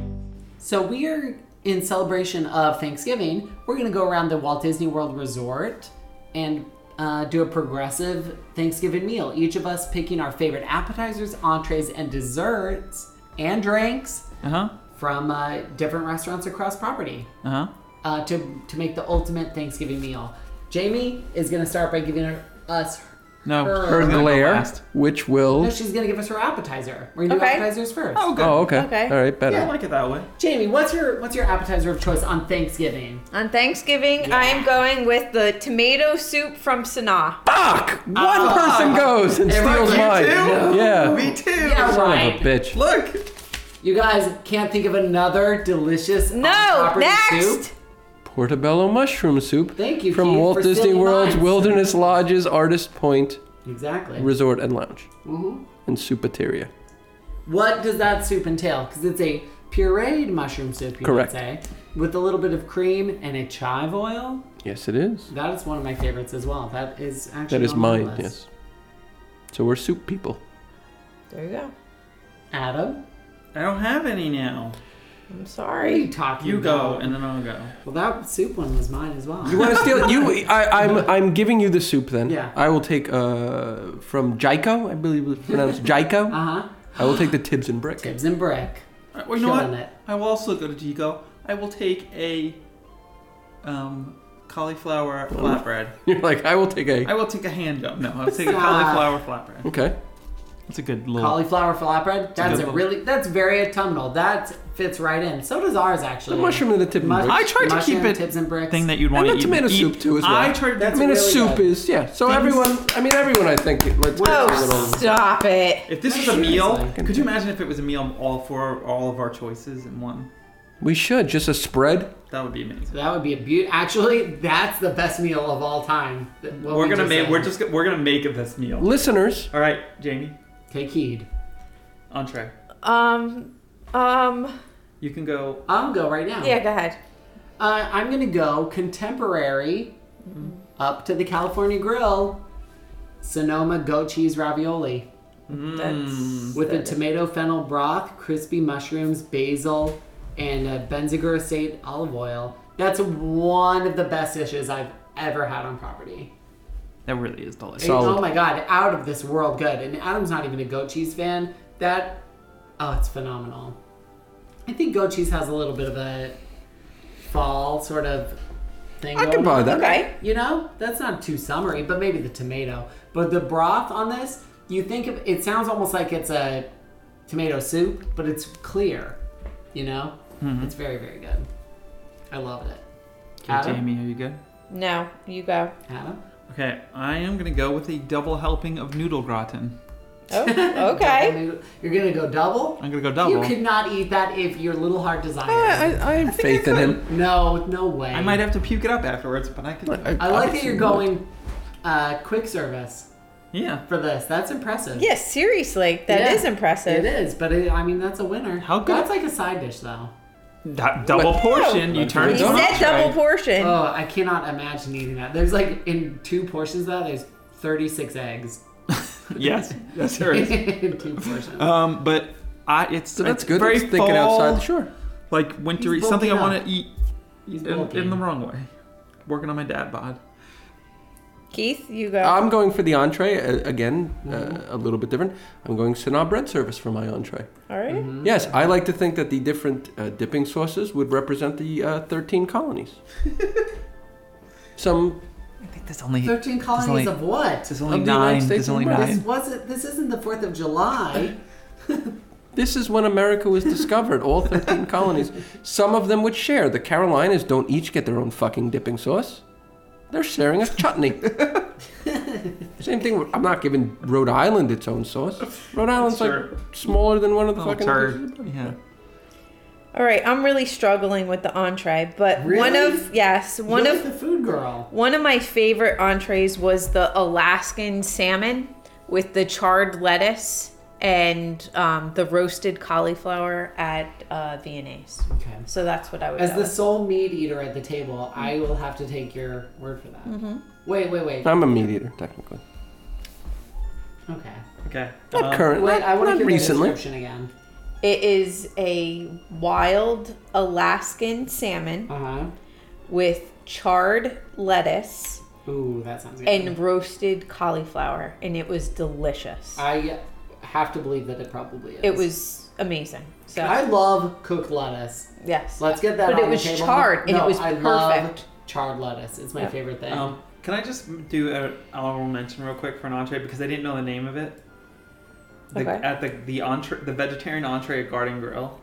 S1: So we are in celebration of Thanksgiving. We're gonna go around the Walt Disney World Resort and uh, do a progressive Thanksgiving meal. Each of us picking our favorite appetizers, entrees, and desserts and drinks
S2: Uh huh.
S1: from uh, different restaurants across property
S2: Uh huh.
S1: uh, to to make the ultimate Thanksgiving meal. Jamie is gonna start by giving her, us.
S2: No.
S1: Her.
S2: I'm gonna go
S4: layer,
S2: last.
S4: which will.
S1: No, she's gonna give us her appetizer. We're gonna
S3: Okay.
S1: do appetizers first.
S2: Oh, good.
S4: Oh, okay.
S3: Okay.
S4: All right, better.
S2: Yeah, I like it that way.
S1: Jamie, what's your what's your appetizer of choice on Thanksgiving?
S3: On Thanksgiving, I am going with the tomato soup from Sanaa.
S4: Fuck! One
S1: Ah.
S4: person goes and steals
S1: you
S4: mine. Yeah.
S2: Me too.
S1: Yeah,
S4: Son
S1: right.
S4: of a bitch.
S2: Look.
S1: You guys can't think of another delicious
S3: No,
S1: on-property
S3: next.
S1: soup?
S4: Portobello mushroom soup.
S1: Thank you,
S4: From
S1: Keith,
S4: Walt
S1: for
S4: Disney
S1: stealing
S4: World's
S1: mine.
S4: Wilderness Lodges Artist Point
S1: Exactly.
S4: Resort and Lounge
S1: Mhm.
S4: and Soupateria.
S1: What does that soup entail? Because it's a pureed mushroom soup, you
S4: Correct.
S1: Correct. say, with a little bit of cream and a chive oil.
S4: Yes, it is.
S1: That is one of my favorites as well. That is actually
S4: That is
S1: on my
S4: mine.
S1: list.
S4: Yes. So we're soup people.
S3: There you go.
S1: Adam,
S2: I don't have any now.
S1: what
S3: I'm
S1: are you
S3: sorry.
S1: talking?
S2: You go,
S1: about?
S2: and then I'll go.
S1: Well, that soup one was mine as well.
S4: You want to steal you? I, I'm I'm giving you the soup then.
S1: Yeah.
S4: I will take uh from Jico. I believe it's pronounced Jico.
S1: Uh huh.
S4: I will take the Tibbs and Brick.
S1: Tibbs and brick.
S2: Uh, well, you know
S1: Killing
S2: what?
S1: it.
S2: I will also go to Jico. I will take a um, cauliflower flatbread.
S4: You're like I will take a.
S2: I will take a hand No, I'll take a
S1: Stop.
S2: cauliflower flatbread.
S4: Okay.
S2: That's a good little.
S1: Cauliflower flatbread. That's
S2: good
S1: a
S2: one.
S1: really. That's very autumnal. That fits right in. So does ours
S4: The
S1: actually.
S4: mushroom and the Tibbs and Brick.
S2: I tried to keep
S1: Mushroom,
S2: it
S1: tips and bricks.
S2: thing that you'd
S4: And
S2: want to
S4: the
S2: eat.
S4: tomato
S2: eat-
S4: soup too as well.
S2: I tried.
S1: That's
S4: I mean, a
S1: really
S4: soup
S1: good.
S4: is yeah. So
S2: Things-
S4: everyone, I mean, everyone, I think it likes a little.
S3: Oh, stop it.
S2: if this is a meal,
S1: Seriously.
S2: could you imagine if it was a meal of all four, all of our choices in one?
S4: We should just a spread.
S2: That would be amazing.
S1: That would be a beaut. Actually, that's the best meal of all time. Th- what
S2: we're
S1: we
S2: gonna make.
S1: had.
S2: We're just. go- We're gonna make of this meal.
S4: Listeners,
S2: All right, Jamie,
S1: take heed.
S2: entree.
S3: Um, um,
S2: You can go.
S1: I'll go right now.
S3: yeah, go ahead.
S1: Uh, I'm gonna go contemporary, up to the California Grill, Sonoma goat cheese ravioli
S3: Hmm. That's
S1: with a tomato fennel broth, crispy mushrooms, basil, and a benzoyl acetate olive oil. That's one of the best dishes I've ever had on property.
S2: That really is delicious.
S4: So- Solid.
S1: Oh my god, out of this world good. And Adam's not even a goat cheese fan. That oh, it's phenomenal. I think goat cheese has a little bit of a fall sort of thing.
S4: I
S1: going
S4: can buy
S1: on.
S4: that.
S3: okay.
S1: You know, that's not too summery, but maybe the tomato. But the broth on this, you think of it sounds almost like it's a tomato soup, but it's clear. You know?
S4: Mm-hmm.
S1: It's very, very good. I love it.
S2: Okay,
S1: Adam?
S2: Jamie, are you good?
S3: No, you go.
S1: Adam?
S2: Okay, I am gonna go with a double helping of noodle gratin.
S3: Oh, okay.
S1: You're gonna go double?
S2: I'm gonna go double.
S1: You could not eat that if your little heart desired.
S3: Uh,
S4: I, I, I have faith in him.
S1: no, no way.
S2: I might have to puke it up afterwards, but I could. do it.
S1: I like that
S4: obviously
S1: you're
S4: would.
S1: going uh, quick service
S2: Yeah.
S1: for this. That's impressive.
S3: Yes, seriously, that is
S1: Yeah.
S3: impressive.
S1: It is, but it, I mean that's a winner.
S2: How good-
S1: That's like a side dish, though.
S2: That double portion. You
S4: Like
S2: turn
S4: a
S2: it
S3: He
S2: into an
S3: said
S2: entree.
S3: double portion.
S1: Oh, I cannot imagine eating that. There's like in two portions of that. There's 36 eggs
S2: Yes. Yes, there is.
S1: in two portions.
S2: Um, but I it's
S4: So that's
S2: it's
S4: good.
S2: Very
S4: It's thinking
S2: fall,
S4: outside the shore.
S2: Like wintry,
S1: He's
S2: something I
S1: bulking
S2: want to eat
S1: He's
S2: in,
S1: bulking.
S2: in the wrong way. Working on my dad bod.
S3: Keith, you go.
S1: Um,
S4: I'm going for the entree uh, again, uh, a little bit different. I'm going Sanaa bread service for my entree.
S3: All right.
S4: Yes, I like to think that the different uh, dipping sauces would represent the uh, 13 colonies. Some
S2: I think there's only
S1: 13 colonies
S2: only-
S1: of what?
S2: there's only
S4: Of the United
S2: nine.
S4: States
S2: There's
S4: of
S2: only
S4: America.
S1: This
S2: nine.
S1: wasn't. This isn't the Fourth of July.
S4: This is when America was discovered, all 13 colonies. Some of them would share. The Carolinas don't each get their own fucking dipping sauce. They're sharing a chutney. Same thing, with- I'm not giving Rhode Island its own sauce. Rhode Island's
S2: Sure. Oh,
S4: like smaller than one of the
S2: Little
S4: fucking.
S2: turd. Yeah.
S3: All right, I'm really struggling with the entree, but one
S1: Really?
S3: of yes, one
S1: You're
S3: of
S1: like the food girl.
S3: One of my favorite entrees was the Alaskan salmon with the charred lettuce and um, the roasted cauliflower at uh, Viennese.
S1: Okay.
S3: So that's Mm-hmm. what I would.
S1: As
S3: go
S1: the
S3: with.
S1: sole meat eater at the table, I will have to take your word for that.
S3: Mm-hmm.
S1: Wait, wait, wait.
S4: I'm a meat eater, technically.
S1: Okay.
S2: Okay. Um,
S4: Not currently.
S1: Wait, I want to
S4: Not
S1: hear
S4: recently.
S1: the description again.
S3: It is a wild Alaskan salmon
S1: Uh huh.
S3: with charred lettuce
S1: Ooh, that sounds good.
S3: and roasted cauliflower, and it was delicious.
S1: I have to believe that it probably is.
S3: It was amazing. So
S1: I love cooked lettuce.
S3: yes,
S1: Let's get that.
S3: But
S1: on
S3: it was
S1: the table.
S3: charred, and
S1: No,
S3: it was
S1: I
S3: perfect.
S1: love charred lettuce. It's my favorite thing.
S2: Um, can I just do an honorable mention real quick for an entree because I didn't know the name of it. The,
S3: Okay.
S2: At the the entree, the vegetarian entree at Garden Grill,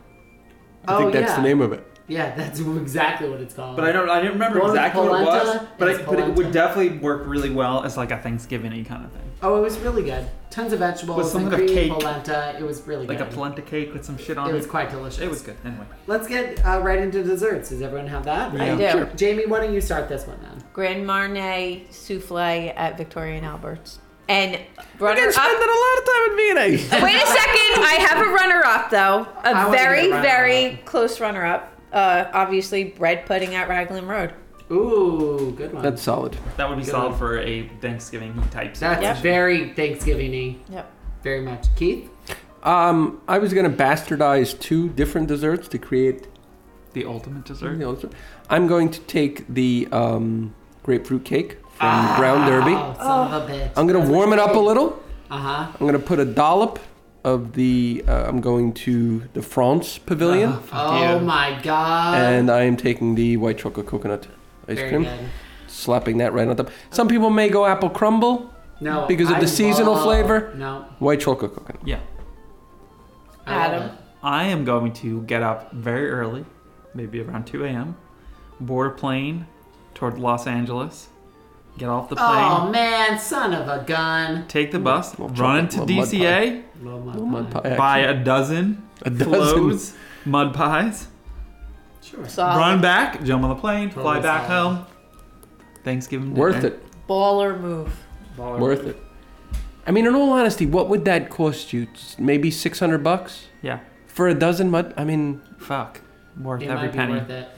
S4: I think that's the name of it.
S1: Oh, Yeah, that's exactly what it's called.
S2: but I don't I didn't remember
S1: Well,
S2: exactly what it was.
S1: polenta
S2: But
S1: is
S2: I, but it would
S1: polenta.
S2: definitely work really well as like a Thanksgiving kind of thing,
S1: Oh, it was really good. Tons of vegetables,
S2: With some
S1: and
S2: kind of
S1: creamy
S2: cake.
S1: polenta. It was really
S2: like
S1: good.
S2: a polenta cake with some shit on
S1: It
S2: it.
S1: was quite delicious.
S2: It was good anyway.
S1: Let's get uh, right into desserts. Does everyone have that?
S3: I do.
S4: sure.
S1: Jamie, why don't you start this one then?
S3: Grand Marnier souffle at Victorian Alberts. And
S4: I
S3: runner up.
S4: a lot of time in Viennese.
S3: Wait a second, I have a runner up
S1: I
S3: though. A
S1: wanna get a
S3: very,
S1: runner-up.
S3: very close runner up. Uh, obviously, bread pudding at Raglan Road.
S1: Ooh, good one.
S4: That's solid.
S2: That would be
S1: Good
S2: solid
S1: one.
S2: for a Thanksgiving type.
S1: That's
S3: Yep.
S1: very Thanksgiving-y.
S3: Yep.
S1: Very much. Keith?
S4: Um, I was gonna bastardize two different desserts to create
S2: the ultimate dessert.
S4: the ulcer. I'm going to take the um, grapefruit cake from
S2: Ah.
S4: Brown Ah, Derby.
S1: Oh, son of a bitch.
S4: I'm gonna warm it up a little.
S1: Uh-huh.
S4: I'm gonna put a dollop of the. Uh, I'm going to the France Pavilion,
S2: Oh, fuck
S1: Oh
S2: you.
S1: my god.
S4: and I am taking the white chocolate coconut ice
S1: Very
S4: cream,
S1: good.
S4: slapping that right on top. Some people may go apple crumble,
S1: No.
S4: Because of the seasonal
S1: love-
S4: flavor?
S1: No.
S4: white chocolate coconut.
S2: Yeah.
S1: I love
S3: Adam.
S1: it.
S2: I am going to get up very early, maybe around 2 a.m., board a plane toward Los Angeles, get off the plane,
S1: Oh man, son of a gun.
S2: take the bus,
S4: Little
S2: run into
S4: chocolate, little mud
S2: DCA,
S1: Blow my
S4: Little mud
S1: mind.
S4: pie
S2: buy
S4: action.
S2: a dozen,
S4: A dozen.
S2: flows, mud pies,
S1: Sure.
S3: Solid
S2: run back, jump on the plane,
S1: Totally
S2: fly back
S1: solid.
S2: home. Thanksgiving dinner.
S4: Worth it.
S3: baller move.
S4: Worth it. I mean, in all honesty, what would that cost you? S- Maybe six hundred bucks
S2: Yeah.
S4: for a dozen mud. I mean,
S2: Fuck. Worth
S1: It
S2: every
S1: might be
S2: penny.
S1: worth it.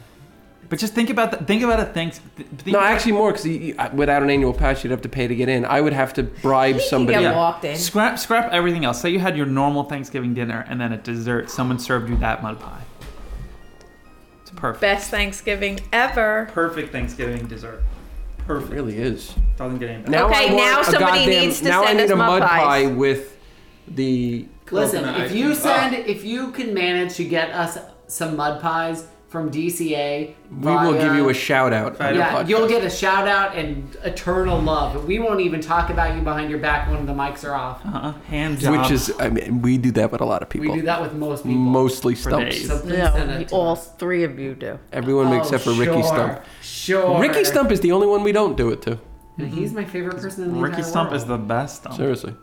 S2: But just think about the, think about a thanks. th- Think
S4: no, actually more because uh, without an annual pass, you'd have to pay to get in. I would have to bribe somebody.
S3: I
S2: Yeah.
S3: walked in.
S2: Scrap scrap everything else. Say you had your normal Thanksgiving dinner and then at dessert someone served you that mud pie. It's perfect.
S3: Best Thanksgiving ever.
S2: Perfect Thanksgiving dessert.
S4: It
S2: Perfect.
S4: really is.
S2: Doesn't get any better.
S4: Now
S3: Okay,
S4: I want
S3: now
S4: a
S3: somebody
S4: goddamn-
S3: needs to
S4: now
S3: send
S4: I
S3: us
S4: need a
S3: mud
S4: mud pie
S3: pies.
S4: with the.
S1: Listen,
S2: Coconut
S1: if
S2: ice
S1: you
S2: cream.
S1: send,
S4: Oh.
S1: if you can manage to get us some mud pies from DCA,
S4: We will give you a shout out.
S2: Right.
S4: on the
S1: yeah,
S4: podcast.
S1: you'll get a shout out and eternal love. We won't even talk about you behind your back when the mics are off.
S2: Uh-uh. Hand job.
S4: Which is, I mean, we do that with a lot of people.
S1: We do that with most people.
S4: Mostly
S2: days.
S4: stumps.
S1: So please send
S3: No,
S1: it to
S3: all
S1: us.
S3: three of you do.
S4: Everyone
S1: Oh,
S4: except for Ricky
S1: sure,
S4: Stump.
S1: Sure.
S4: Ricky Stump is the only one we don't do it to.
S1: He's my favorite person in the
S2: Ricky
S1: entire
S2: Stump
S1: world.
S2: is the best stump.
S4: Seriously.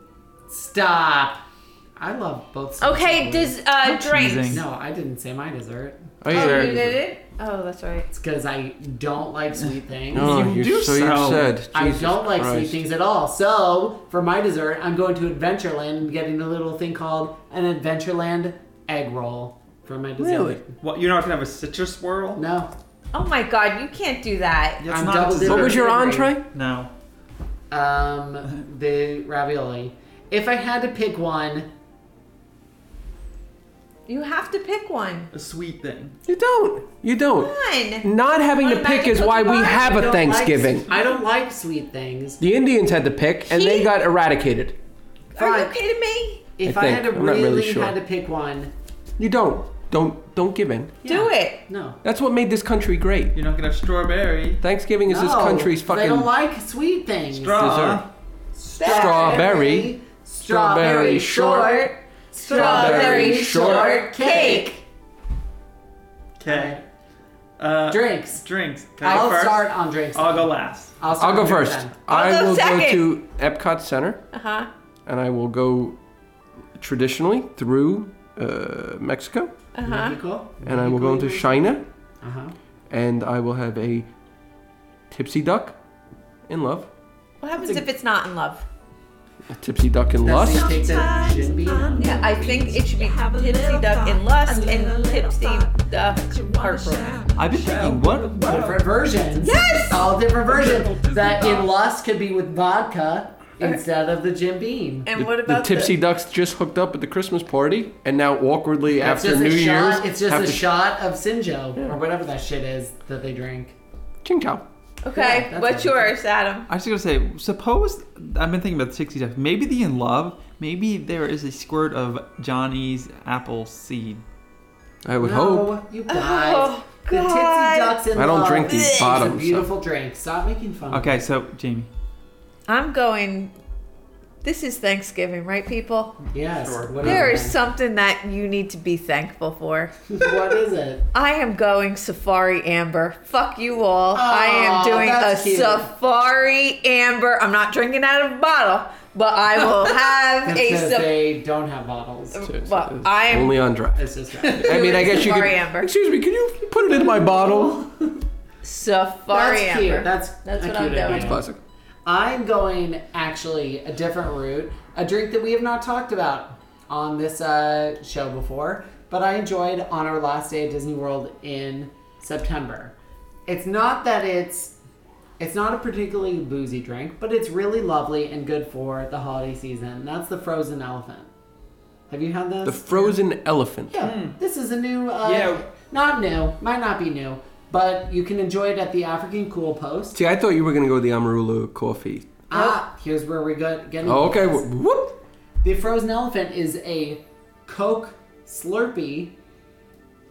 S1: Stop. I love both. Stumps
S3: Okay,
S1: equally.
S3: does uh,
S2: teasing.
S3: drinks.
S1: No, I didn't say my dessert.
S4: Oh,
S3: Oh,
S4: yeah.
S3: you did it? Oh, that's right.
S1: It's because I don't like sweet things.
S4: Oh,
S2: You
S4: you're
S2: do
S4: so,
S2: so.
S4: upset.
S1: I
S4: Jesus
S1: don't like sweet
S4: Christ.
S1: things at all. So for my dessert, I'm going to Adventureland and getting a little thing called an Adventureland egg roll for my dessert.
S4: Really?
S2: What you're not gonna have a citrus swirl?
S1: No.
S3: Oh my god, you can't do that.
S2: That's
S1: I'm
S2: not a
S1: double
S2: dessert.
S4: What was your entree?
S2: No.
S1: Um, the ravioli. If I had to pick one,
S3: You have to pick one.
S2: A sweet thing.
S4: You don't. You don't.
S1: Mm-hmm.
S3: One.
S4: Not having to
S3: What about
S4: pick
S3: the
S4: is why we
S3: cookie bar?
S4: have
S1: I don't
S4: a
S1: like-
S4: Thanksgiving.
S1: I don't like sweet things.
S4: The Indians had to pick, and they
S3: He-
S4: got eradicated.
S3: Are you
S1: Fine.
S3: kidding me?
S1: If
S4: I
S1: I,
S4: think.
S1: had to
S4: I'm not
S1: really,
S4: really sure.
S1: had to pick one,
S4: You don't. Don't don't give in.
S3: Do it.
S1: no.
S4: That's what made this country great.
S2: You're not gonna have strawberry.
S4: Thanksgiving is this
S1: No,
S4: country's
S1: They
S4: fucking
S1: don't like sweet things.
S2: Straw.
S4: Dessert.
S1: Strawberry.
S4: Strawberry short.
S3: Strawberry
S4: short
S3: cake.
S2: Okay. Uh,
S1: Drinks.
S2: Drinks. Can I go
S1: I'll
S2: first?
S1: start on drinks.
S2: I'll go last.
S4: I'll
S1: start
S4: go
S1: on Uh-huh. drinks
S4: first.
S1: then.
S4: I
S3: I'll go
S4: will
S3: second.
S4: go to Epcot Center,
S3: Uh huh.
S4: and I will go traditionally through uh, Mexico.
S3: Uh-huh.
S1: Vehicle.
S4: and I will go into China,
S1: Uh huh.
S2: Uh-huh.
S4: and I will have a tipsy duck in love,
S3: What happens if it's not in love?
S4: a tipsy duck in
S1: That's
S4: lust.
S1: the take that should be.
S3: Yeah, I think it should be tipsy duck in lust and tipsy uh, heartbroken.
S2: I've been thinking, what?
S1: Different versions.
S3: Yes!
S1: All different versions. That in lust could be with vodka instead of the Jim Beam.
S3: And
S4: The,
S3: what
S4: the
S3: about
S4: tipsy ducks just hooked up at the Christmas party, and now awkwardly
S1: It's
S4: after
S1: just
S4: New
S1: a
S4: Year's,
S1: shot. It's just
S4: have
S1: a
S4: to-
S1: shot of Sinjo or whatever that shit is that they drink.
S4: Ching chow.
S1: Yeah,
S3: Okay,
S1: that's
S3: what's
S1: what
S3: yours, Adam?
S2: I was just gonna say, suppose I've been thinking about the 60 Def. Maybe the in love. Maybe there is a squirt of Johnny's apple seed.
S4: I would hope.
S1: No, you guys.
S3: Oh,
S1: The
S3: God.
S1: tipsy ducks in
S4: I don't
S1: love
S4: drink these
S1: is
S4: bottoms,
S1: A
S4: so-
S1: beautiful drink. Stop making fun. of
S2: Okay, so Jamie,
S3: I'm going. This is Thanksgiving, right, people?
S1: it. Yes.
S2: Sure.
S1: What
S3: There is
S1: is it?
S3: something that you need to be thankful for.
S1: what is it?
S3: I am going safari amber. Fuck you all. I
S1: Aw,
S3: am doing a
S1: that's cute.
S3: safari amber. I'm not drinking out of a bottle, but I will have a
S1: Because
S3: safari.
S1: they don't have bottles.
S3: Well, I am
S4: Only on draft.
S1: It's just right.
S4: I mean, I guess you could.
S3: Safari amber.
S4: Excuse me, could you put it in my bottle?
S3: safari
S1: That's
S3: amber.
S1: cute. That's
S3: That's
S1: a cute
S3: what I'm doing.
S1: idea.
S3: It's
S4: Classic.
S1: I'm going actually a different route, a drink that we have not talked about on this uh, show before, but I enjoyed on our last day at Disney World in September. It's not that it's it's not a particularly boozy drink, but it's really lovely and good for the holiday season. That's the frozen elephant. Have you had this?
S4: The frozen elephant.
S1: Yeah,
S3: Hmm.
S1: this is a new. Uh,
S2: Yeah.
S1: Not new. Might not be new, but you can enjoy it at the African Cool Post.
S4: See, I thought you were gonna go with the Amarula coffee.
S1: Ah, here's where we got getting.
S4: Oh, okay.
S1: this.
S4: wh- Whoop.
S1: The frozen elephant is a Coke Slurpee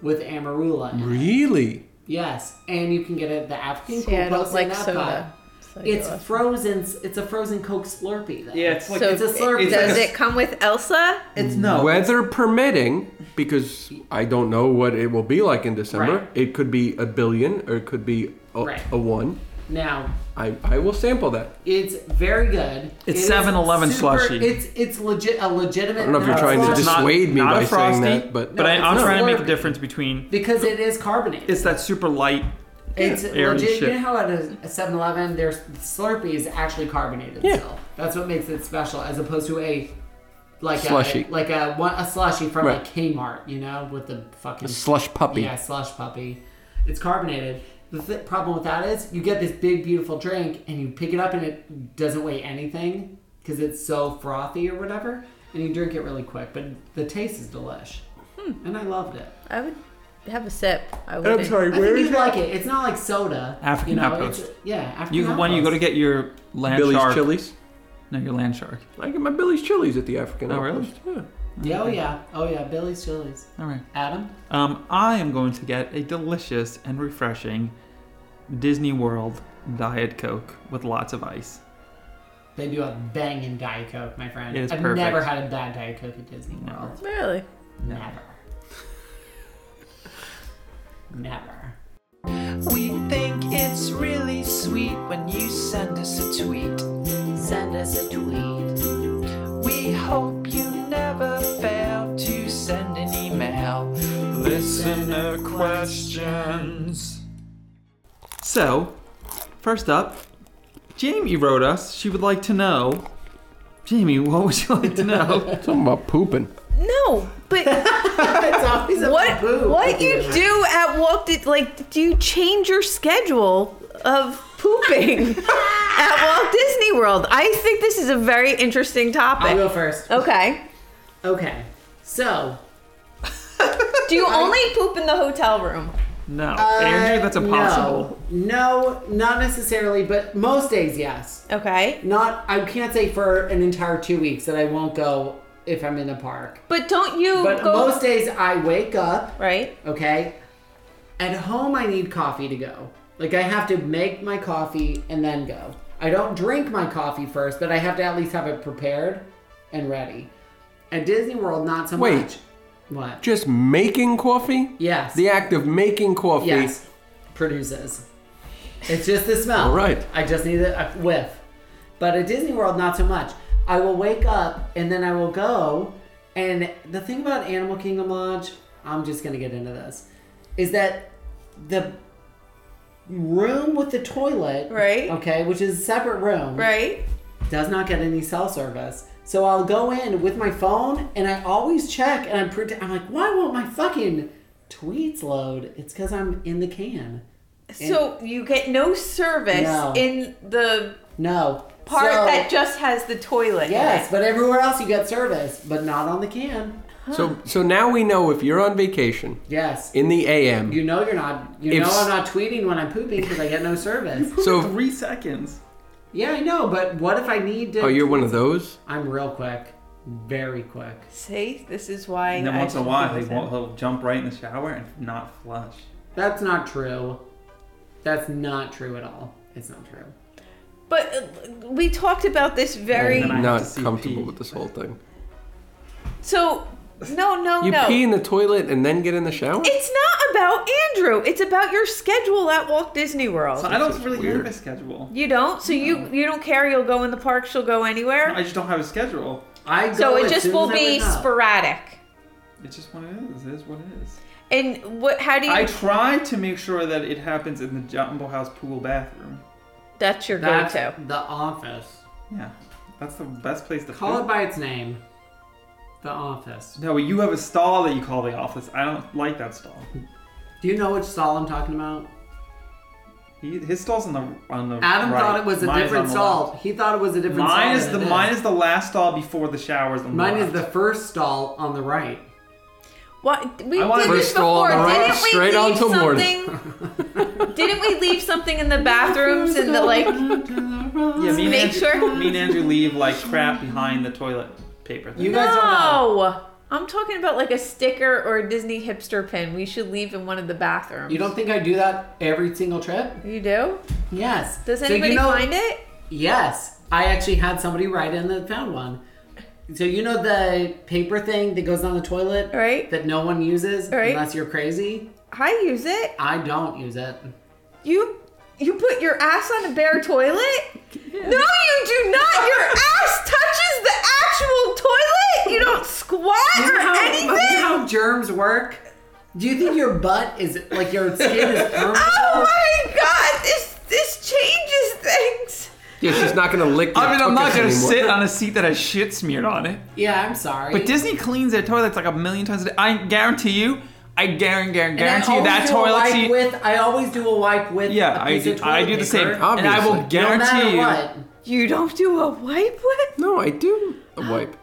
S1: with Amarula. In it.
S4: Really?
S1: Yes, and you can get it at the African
S3: See,
S1: Cool
S3: I don't
S1: Post
S3: like oh.
S1: in Epcot.
S3: soda. So
S1: It's
S3: you'll-
S1: frozen. It's a frozen Coke Slurpee. Though.
S2: it's
S3: so
S1: it's a slurp.
S3: it-
S1: It's
S3: Does
S1: like
S3: it come with Elsa?
S2: it's no.
S4: Weather permitting, because I don't know what it will be like in December.
S1: Right.
S4: It could be a billion or it could be a,
S1: Right.
S4: a one.
S1: Now
S4: I, I will sample that.
S1: it's very good.
S2: It's
S1: It is
S2: 7-Eleven
S1: super-
S2: slushy.
S1: It's it's legit a legitimate.
S4: I don't know if you're
S1: not
S4: trying to
S1: slushy,
S2: It's not-
S4: dissuade me
S2: not
S4: by
S2: a
S4: saying
S2: frosty,
S4: that, but
S2: but I,
S1: No,
S2: I'm
S1: it's a
S2: trying to make a
S1: Slurpee.
S2: difference between
S1: because it is carbonated.
S2: it's that super light.
S1: It's
S2: Airy
S1: legit.
S2: shit.
S1: You know how at a 7 Eleven, their Slurpee is actually carbonated
S4: Yeah.
S1: still. That's what makes it special, as opposed to a. Like
S4: Slushy.
S1: a like a one a slushy from
S4: Right.
S1: a Kmart, you know, with the fucking
S4: slush puppy.
S1: yeah slush puppy. It's carbonated. The th- problem with that is you get this big beautiful drink and you pick it up and it doesn't weigh anything because it's so frothy or whatever, and you drink it really quick. But the taste is delish,
S4: Hmm.
S1: and I loved it.
S3: I would have a sip. I would.
S4: I'm sorry,
S1: I
S4: where
S1: think
S4: is
S1: you'd like it. It's not like soda.
S2: African
S1: you know,
S2: outpost.
S1: it's- Yeah, African
S2: You when you go to
S1: outpost.
S2: get your land
S4: Billy's
S2: shark.
S4: Chili's?
S2: No, your land shark.
S4: I get my Billy's Chili's at the African
S2: Oh, really?
S4: Outpost. Yeah.
S1: Yeah, oh yeah, oh yeah, Billy's Chili's.
S2: All right.
S1: Adam,
S2: Um, I am going to get a delicious and refreshing Disney World Diet Coke with lots of ice.
S1: they do a banging Diet Coke, my friend.
S2: It is
S1: I've
S2: perfect.
S1: never had a bad Diet Coke at Disney
S2: Never.
S1: World.
S3: Really?
S1: Never. never.
S8: We think it's really sweet when you send us a tweet.
S5: Send us a tweet.
S8: We hope you never fail to send an email.
S6: Listener questions.
S2: So, first up, Jamie wrote us. She would like to know. Jamie, what would you like to know?
S4: Something about pooping.
S3: No, but
S1: It's always a
S3: what
S1: boo.
S3: what you do at Walt? Did, like, do you change your schedule of pooping at Walt Disney World? I think this is a very interesting
S1: I'll go
S3: topic.
S1: first.
S3: Okay.
S1: Okay, so
S3: Do you only poop in the hotel room?
S2: no,
S1: uh,
S2: Andrew, that's impossible.
S1: No, no, not necessarily, but most days, yes.
S3: Okay.
S1: Not, I can't say for an entire two weeks that I won't go if I'm in a park.
S3: But don't you
S1: But
S3: go
S1: most days I wake up,
S3: right?
S1: okay? At home I need coffee to go. Like I have to make my coffee and then go. I don't drink my coffee first, but I have to at least have it prepared and ready. At Disney World, not so
S4: Wait.
S1: much. What?
S4: Just making coffee?
S1: Yes.
S4: The act of making coffee.
S1: yes. Produces. It's just the smell.
S4: All right.
S1: I just need a a whiff. But at Disney World, not so much. I will wake up and then I will go. And the thing about Animal Kingdom Lodge, I'm just gonna get into this. Is that the room with the toilet?
S3: Right.
S1: Okay, which is a separate room.
S3: Right?
S1: Does not get any cell service. So I'll go in with my phone and I always check and I'm pretend I'm like, why won't my fucking tweets load? It's because I'm in the can.
S3: So you get no service
S1: No.
S3: in the
S1: No.
S3: part
S1: So-
S3: that just has the toilet.
S1: Yes,
S3: in it.
S1: but everywhere else you get service, but not on the can.
S4: So so now we know if you're on vacation
S1: Yes.
S4: in the AM.
S1: You know you're not. You
S4: If-
S1: know I'm not tweeting when I'm pooping because I get no service.
S4: so
S2: Three seconds.
S1: yeah, I know, but what if I need to?
S4: oh, you're one of those.
S1: I'm real quick, very quick.
S3: See, this is why.
S2: And then
S3: I
S2: once in a
S3: don't
S2: while,
S3: deal
S2: he
S3: with
S2: won't,
S3: it.
S2: he'll jump right in the shower and not flush.
S1: That's not true. That's not true at all. It's not true.
S3: But uh, we talked about this very.
S2: And then I have
S4: Not
S2: to see
S4: comfortable
S2: pee.
S4: with this whole thing.
S3: So, no,
S1: Oh,
S3: no,
S4: You
S3: no.
S4: pee in the toilet and then get in the shower.
S3: It's not about Andrew. It's about your schedule at Walt Disney World.
S2: So I don't really
S4: weird.
S2: have a schedule.
S3: you don't. So you you don't care. You'll go in the park. She'll go anywhere.
S2: I just don't have a schedule.
S1: I go
S3: so it
S1: as
S3: just
S1: soon
S3: will
S1: as I
S3: be
S1: wake up.
S3: sporadic.
S2: It's just what it is. It is what it is.
S3: And what? How do you?
S2: I try to make sure that it happens in the Jumbo House pool bathroom.
S3: that's your
S1: That's
S3: go-to.
S1: the office.
S2: Yeah, that's the best place to
S1: Call it
S2: poop.
S1: by its name. The office.
S2: No, but you have a stall that you call the office. I don't like that stall.
S1: Do you know which stall I'm talking about?
S2: He, his stall's on the on the.
S1: Adam
S2: right.
S1: thought it was a
S2: Mine is
S1: different
S2: on the
S1: stall.
S2: left.
S1: He thought it was a different stall.
S2: Mine is
S1: than
S2: the
S1: it
S2: mine is the last stall before the showers on the
S1: Mine is
S2: left.
S1: the first stall on the right.
S3: What we
S2: I wanna
S3: did this
S4: First of all,
S3: before?
S4: all right,
S3: Didn't we
S4: straight
S3: leave
S4: on till morning.
S3: something? didn't we leave something in the bathrooms and the like?
S2: yeah, me and
S3: Make
S2: Andrew,
S3: sure-
S2: me and Andrew leave like crap behind the toilet paper. Thing.
S1: You guys don't know.
S3: No, I'm talking about like a sticker or a Disney hipster pin. We should leave in one of the bathrooms.
S1: You don't think I do that every single trip?
S3: You do?
S1: Yes.
S3: Does
S1: So
S3: anybody
S1: you know,
S3: find it?
S1: Yes. I actually had somebody write in that found one. So you know the paper thing that goes on the toilet
S3: Right.
S1: that no one uses
S3: Right.
S1: unless you're crazy?
S3: I use it.
S1: I don't use it.
S3: You you put your ass on a bare toilet? No, you do not. Your ass touches the actual toilet. You don't squat
S1: You
S3: or
S1: know how,
S3: anything.
S1: you know how germs work? Do you think your butt is like your skin is permeable?
S3: Oh my god, this this changes things.
S4: Yeah, she's not gonna lick.
S2: I mean, I'm not gonna
S4: anymore.
S2: sit on a seat that has shit smeared on it.
S1: Yeah, I'm sorry.
S2: But Disney cleans their toilets like a million times a day. I guarantee you, I guarantee, guarantee,
S1: And I
S2: guarantee you
S1: always
S2: that
S1: do a
S2: toilet
S1: wipe
S2: seat.
S1: With, I always do a wipe with.
S2: yeah,
S1: a
S2: I
S1: piece
S2: do,
S1: of toilet
S2: I do the same.
S1: paper.
S2: And I will
S4: Obviously.
S1: No matter
S2: guarantee you.
S1: what.
S3: You don't do a wipe with?
S4: No, I do a wipe.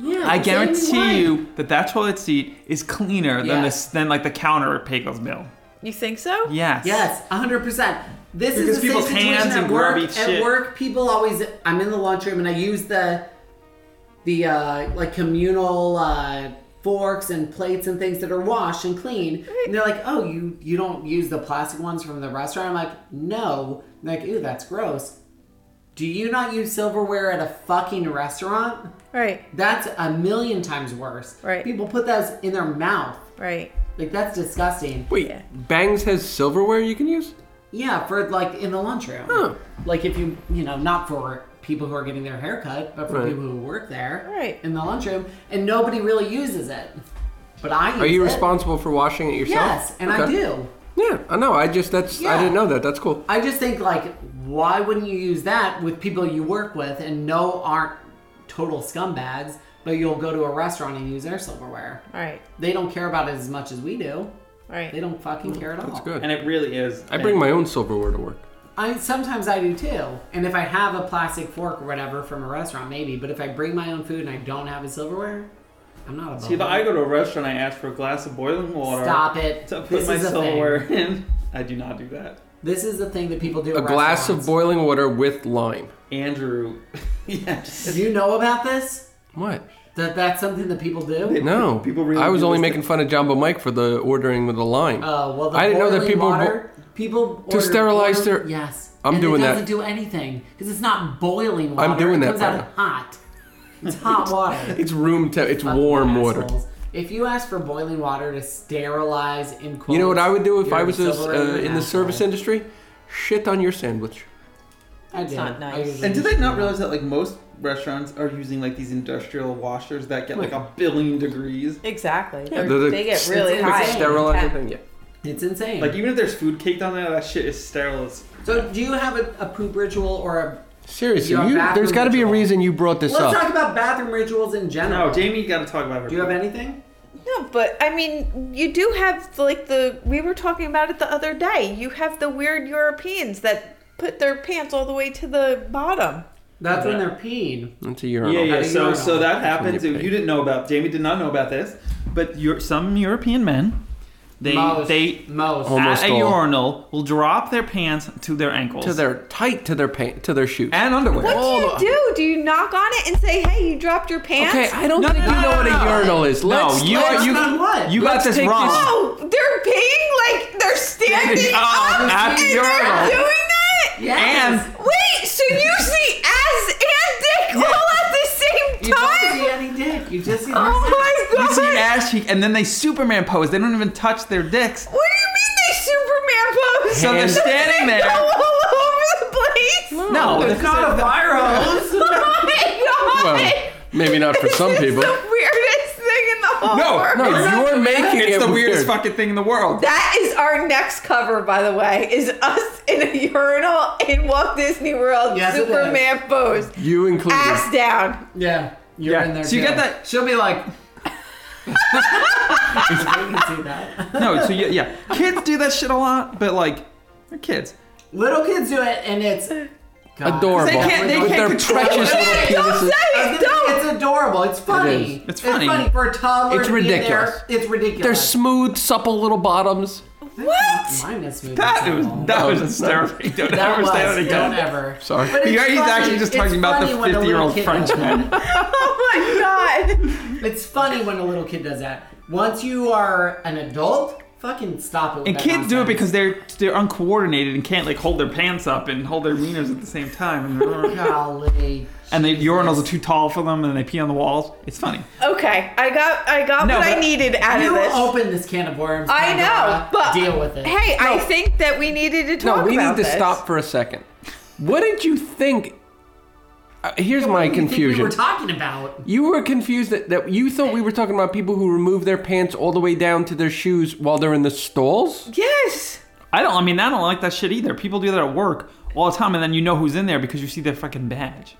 S1: Oh, Yeah,
S2: I
S1: the same
S2: guarantee
S1: wipe.
S2: you that that toilet seat is cleaner than
S1: Yes.
S2: this than like the counter at Pecos Mill.
S3: You think so?
S2: Yes.
S1: Yes, 100%. This
S2: Because
S1: is the
S2: people's
S1: same situation
S2: hands
S1: at
S2: and
S1: work.
S2: grubby
S1: at
S2: shit.
S1: work, people always. I'm in the lunchroom and I use the the uh, like communal uh, forks and plates and things that are washed and clean. And they're like, "Oh, you you don't use the plastic ones from the restaurant?" I'm like, "No." And they're like, "Ew, that's gross." Do you not use silverware at a fucking restaurant?
S3: Right,
S1: That's a million times worse.
S3: Right.
S1: People put those in their mouth.
S3: right.
S1: Like that's disgusting.
S4: Wait,
S3: Yeah.
S4: Bangs has silverware you can use?
S1: Yeah, for like in the lunchroom.
S4: Huh.
S1: Like if you, you know, not for people who are getting their hair cut, but for
S4: Right.
S1: people who work there
S3: Right.
S1: in the lunchroom, and nobody really uses it. But I use
S4: Are you
S1: it.
S4: responsible for washing it yourself?
S1: Yes, and I
S4: Okay.
S1: do.
S4: Yeah, I know. I just that's I
S1: Yeah.
S4: didn't know that. That's cool.
S1: I just think like, why wouldn't you use that with people you work with and know aren't total scumbags, but you'll go to a restaurant and use their silverware.
S3: Right,
S1: They don't care about it as much as we do.
S3: right.
S1: They don't fucking care at all.
S4: That's good.
S2: And it really is.
S4: I bring my own silverware to work.
S1: I sometimes I do too. And if I have a plastic fork or whatever from a restaurant, maybe. But if I bring my own food and I don't have a silverware, I'm not a bum.
S2: See, but I go to a restaurant, I ask for a glass of boiling water.
S1: Stop it.
S2: To put
S1: This
S2: my
S1: is a
S2: silverware
S1: thing.
S2: in. I do not do that.
S1: This is the thing that people do.
S4: A
S1: at
S4: glass of
S1: restaurants.
S4: boiling water with lime.
S2: Andrew. yes.
S1: Do you know about this?
S4: What?
S1: That that's something that people do.
S4: No.
S2: People really
S4: I was
S2: do
S4: only
S2: this
S4: making fun of Jumbo Mike for the ordering with the lime.
S1: Uh, well, the
S4: I didn't know that
S1: boiling
S4: people
S1: water, people order
S4: sterilize
S1: boiling-
S4: their-
S1: Yes,
S4: I'm
S1: And
S4: doing
S1: it
S4: that.
S1: Doesn't do anything because it's not boiling water.
S4: I'm doing
S1: it
S4: that
S1: Comes
S4: right
S1: out
S4: now.
S1: hot. It's hot water.
S4: it's room temp. It's warm
S1: Fucking
S4: water.
S1: assholes. If you ask for boiling water to sterilize in quotes,
S4: You know what I would do if
S1: you're
S4: I was a,
S1: silver
S4: uh,
S1: and an
S4: in the service
S1: asshole.
S4: industry? Shit on your sandwich.
S1: I
S3: It's
S1: did.
S3: not
S1: I
S3: nice.
S1: usually-
S2: And do they not realize that like most restaurants are using like these industrial washers that get like
S1: Hmm.
S2: a billion degrees?
S3: Exactly.
S4: Yeah,
S3: They're-
S4: they're the-
S3: they get really
S1: it's
S3: high.
S1: insane.
S4: Sterile
S3: Yeah.
S4: everything. Yeah.
S1: It's insane.
S2: Like even if there's food caked on there, that shit is sterile. As...
S1: so, do you have a, a poop ritual or a?
S4: Seriously,
S1: Your
S4: you,
S1: bathroom
S4: there's got to be a
S1: ritual.
S4: reason you brought this
S1: Let's
S4: up.
S1: talk about bathroom rituals in general.
S2: No, Jamie, got to talk about her.
S1: do you have anything?
S3: No, but I mean, you do have like the we were talking about it the other day. You have the weird Europeans that put their pants all the way to the bottom.
S1: That's when they're peeing.
S4: It's a urinal.
S2: Yeah, yeah.
S1: I
S2: So,
S1: don't
S2: so
S1: know.
S2: that happens.
S4: Your
S2: You
S4: pick.
S2: didn't know about. Jamie did not know about this, but your, some European men, they
S1: most,
S2: they
S1: most.
S4: Oh. Almost
S2: at a
S4: all.
S2: urinal will drop their pants to their ankles
S4: To their tight, to their pant, to their shoes.
S2: and underwear.
S3: What
S4: All the-
S3: do you do? Do you knock on it and say, "Hey, you dropped your pants"?
S4: Okay, I don't
S2: No,
S4: think
S2: no,
S4: you
S2: no,
S4: know what
S2: no,
S4: a
S2: no.
S4: urinal is.
S2: No,
S4: Let's,
S2: you
S4: let's-
S2: are you
S1: on what?
S2: you
S4: Let's
S2: got this
S4: take
S2: wrong.
S4: this-
S3: Oh, they're peeing like they're standing
S2: Oh,
S3: up
S2: at
S3: and
S2: the
S3: they're
S2: urinal.
S3: doing it.
S1: Yes.
S2: And-
S3: Wait, so you see ass and dick all at the same
S1: you don't see
S3: time?
S1: any dick. You just see.
S3: Oh my god!
S2: You see ass cheek, and then they Superman pose. They don't even touch their dicks.
S3: What do you mean they Superman pose?
S2: So they're
S4: Hand-
S2: standing
S3: They
S2: there.
S3: go all over the place.
S2: No,
S1: It's not a fire hose.
S3: Oh my god!
S4: Well, maybe not for
S3: This
S4: some
S3: is
S4: people.
S3: the weirdest thing in the whole
S2: No,
S3: world.
S4: No, you're making
S2: It's
S4: it
S2: the weirdest
S4: weird.
S2: fucking thing in the world.
S3: That is our next cover, by the way, is us in a urinal in Walt Disney World,
S1: Yes, it
S3: Superman pose,
S4: You included.
S3: ass down.
S1: Yeah, you're
S2: Yeah.
S1: in there.
S2: So you
S1: too.
S2: get that-
S1: She'll be like. I can see that.
S2: No, so yeah, yeah, kids do that shit a lot, but like, they're kids.
S1: Little kids do it, and it's God.
S4: Adorable.
S2: They can't- they
S4: With
S2: can't
S4: their
S2: control
S4: precious
S2: it.
S4: little
S3: Don't
S4: penises.
S3: say
S1: It's,
S3: it, don't.
S1: it's adorable. It's funny.
S4: is. It's
S2: funny.
S1: for a toddler.
S4: It's
S1: to be in
S4: ridiculous.
S1: There, it's ridiculous.
S4: Their smooth, supple little bottoms.
S3: What?
S1: Mine is smooth.
S2: That was that
S4: No,
S2: was
S4: that's
S2: hysterical. Don't
S1: That
S2: ever
S1: was.
S2: say that
S1: Don't
S2: again.
S1: ever.
S4: Sorry.
S1: But it's
S2: You're- he's
S1: funny-
S2: actually just
S1: it's
S2: talking about the
S1: funny when a little
S2: 50-year-old
S1: kid does
S2: Frenchman.
S1: that.
S3: Oh my god.
S1: It's funny when a little kid does that. Once you are an adult, fucking stop it. With
S2: And
S1: that
S2: kids do it
S1: nonsense.
S2: because they're they're uncoordinated and can't like hold their pants up and hold their wieners at the same time. And, "Oh,
S1: Golly.
S2: and the urinals are too tall for them, and they pee on the walls. It's funny.
S3: Okay, I got I got
S2: No,
S3: what I
S2: but
S3: needed out
S1: You
S3: of this.
S1: open this can of worms.
S3: I know,
S1: Pandora.
S3: but
S1: deal with it.
S3: Hey, I think that we needed to talk
S4: No, we
S3: about
S4: need to
S3: this.
S4: stop for a second. What did you think? Uh, here's my
S1: What do you think We
S4: confusion.
S1: were talking about.
S4: You were confused that, that you thought we were talking about people who remove their pants all the way down to their shoes while they're in the stalls?
S3: Yes.
S2: I don't. I mean, I don't like that shit either. People do that at work all the time, and then you know who's in there because you see their fucking badge.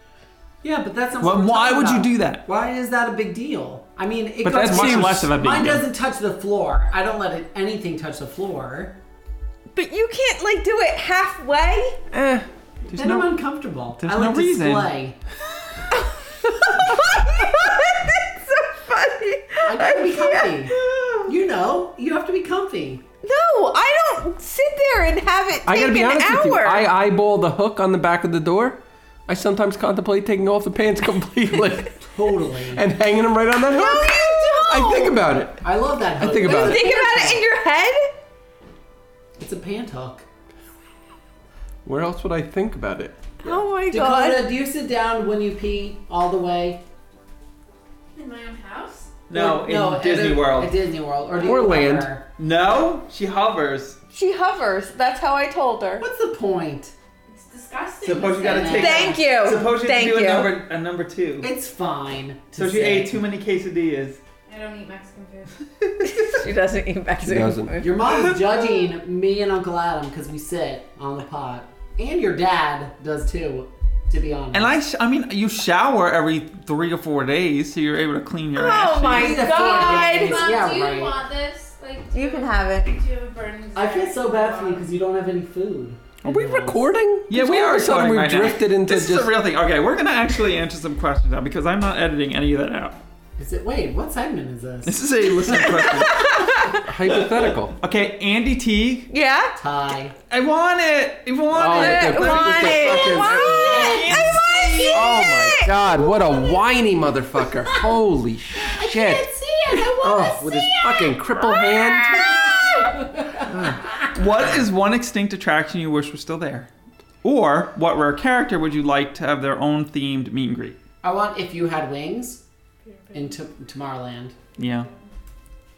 S1: Yeah, but that's not.
S2: Well,
S1: what we're
S2: why
S1: talking
S2: would you
S1: about.
S2: do that?
S1: Why is that a big deal? I mean, it
S2: But
S1: goes
S2: that's much
S4: seems-
S2: less of a big
S1: Mine
S2: deal.
S1: doesn't touch the floor. I don't let it, anything touch the floor.
S3: But you can't like do it halfway.
S4: Eh.
S2: There's
S1: Then
S2: no-
S1: I'm uncomfortable.
S2: there's
S1: I like
S2: no reason.
S1: display.
S3: That's so funny.
S1: I gotta be
S3: can't.
S1: You know, you have to be comfy.
S3: No, I don't sit there and have it take
S4: I gotta be
S3: an
S4: honest
S3: hour.
S4: with you. I eyeball the hook on the back of the door. I sometimes contemplate taking off the pants completely
S1: Totally.
S4: and hanging them right on that
S3: no,
S4: hook.
S3: you don't.
S4: I think about it.
S1: I love that hook.
S4: think
S1: It's
S4: about
S1: a
S4: it.
S3: Think about it in your head.
S1: It's a pant hook.
S4: Where else would I think about it?
S3: Oh my god.
S1: Dakota, do you sit down when you pee all the way?
S10: In my own house?
S2: No,
S1: Or-
S2: in
S1: at
S2: Disney
S1: a-
S2: World.
S1: At Disney World. Or, do you
S4: Or land.
S1: hover?
S2: No, she hovers.
S3: She hovers. That's how I told her.
S1: What's the point?
S10: It's disgusting.
S2: Suppose you gotta
S10: It's
S2: take-
S10: like-
S3: Thank you.
S2: Suppose you
S3: Thank
S2: do a
S3: you.
S2: number a number two.
S1: It's fine. to
S2: so she
S1: sit.
S2: ate too many quesadillas.
S10: I don't eat Mexican food.
S3: She doesn't eat Mexican
S4: doesn't.
S3: food.
S1: Your mom's judging me and Uncle Adam because we sit on the pot. And your dad does too, to be honest.
S2: And I, sh- I mean, you shower every three or four days, so you're able to clean your ass.
S3: Oh
S2: cheeks.
S3: my
S1: She's a
S3: god.
S1: food
S10: Mom,
S1: Yeah,
S10: do you
S1: right.
S10: want this? Like, do
S3: You can have
S10: Do
S3: it.
S10: you have a burning
S1: I
S10: desire?
S1: feel so bad for you because you don't have any food.
S4: Are we recording?
S2: Yeah,
S4: Because
S2: we
S4: all of
S2: are
S4: a
S2: recording
S4: sudden we
S2: right now.
S4: drifted into
S2: this
S4: just
S2: is a real thing. Okay, we're gonna actually answer some questions now because I'm not editing any of that out.
S1: Is it? Wait, what segment is this?
S2: This is a listener question.
S4: hypothetical.
S2: Okay, Andy Teague.
S3: Yeah?
S1: Hi.
S2: I want it. I want
S4: Oh,
S2: it.
S4: yeah,
S3: I
S4: that was the
S3: want
S4: fucking-
S3: it. I want it. I want it.
S4: Oh my god, what a whiny motherfucker. Holy shit. oh, with his fucking cripple
S3: Ah!
S4: hand.
S2: What is one extinct attraction you wish was still there? Or what rare character would you like to have their own themed meet and greet?
S1: I want if you had wings in t- Tomorrowland.
S2: Yeah.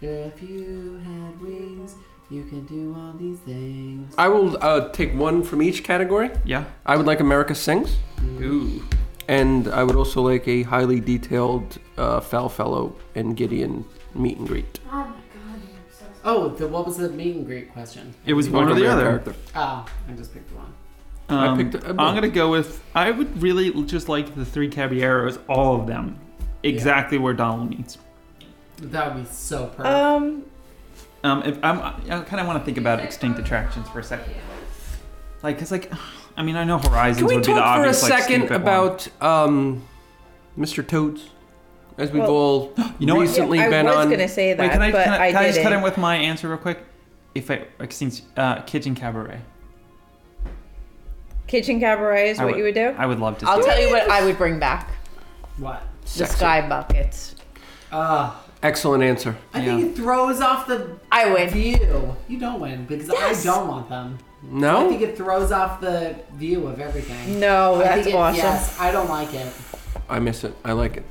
S1: If you had wings, You can do all these things.
S4: I will uh, take one from each category.
S2: Yeah.
S4: I would like America Sings,
S2: Ooh.
S4: and I would also like a highly detailed uh, Foul Fellow and Gideon meet and greet.
S10: Oh my god, you're so
S1: Oh, the, what was the meet and greet question?
S2: It was one or the
S4: Main
S2: other.
S4: character.
S1: Oh, I just picked one.
S4: I
S2: Um,
S4: picked a-
S2: I'm gonna go with. I would really just like the three caballeros, all of them, exactly where Donald meets.
S1: That would be so
S2: Uh.
S1: perfect.
S3: Um,
S2: Um, if I'm, I kind of want to think about extinct attractions for a second, like, cause like, I mean, I know Horizons
S4: Can we
S2: would be the
S4: talk for a
S2: obvious, like,
S4: second
S2: stupid one.
S4: about um, Mr. Toads? As we've
S3: Well-
S4: all
S2: You know what?
S4: recently
S3: I
S4: been
S3: was
S4: on.
S3: gonna say that,
S2: Wait, can I,
S3: but
S2: can I,
S3: I,
S2: can I just cut in
S3: didn't.
S2: with my answer real quick? If I extinct uh, kitchen cabaret,
S3: Kitchen cabaret is
S2: I
S3: what you would do.
S2: I would love to.
S3: I'll
S2: see it.
S3: tell you what I would bring back:
S1: What?
S3: the sky buckets.
S1: Uh,
S4: Excellent answer.
S1: I think
S2: Yeah.
S1: it throws off the
S3: I win.
S1: view. You don't win because I don't want them. I
S4: No?
S1: think it throws off the view of everything.
S3: No,
S1: I
S3: that's
S1: think it-
S3: awesome.
S1: Yes, I don't like it.
S4: I miss it. I like it.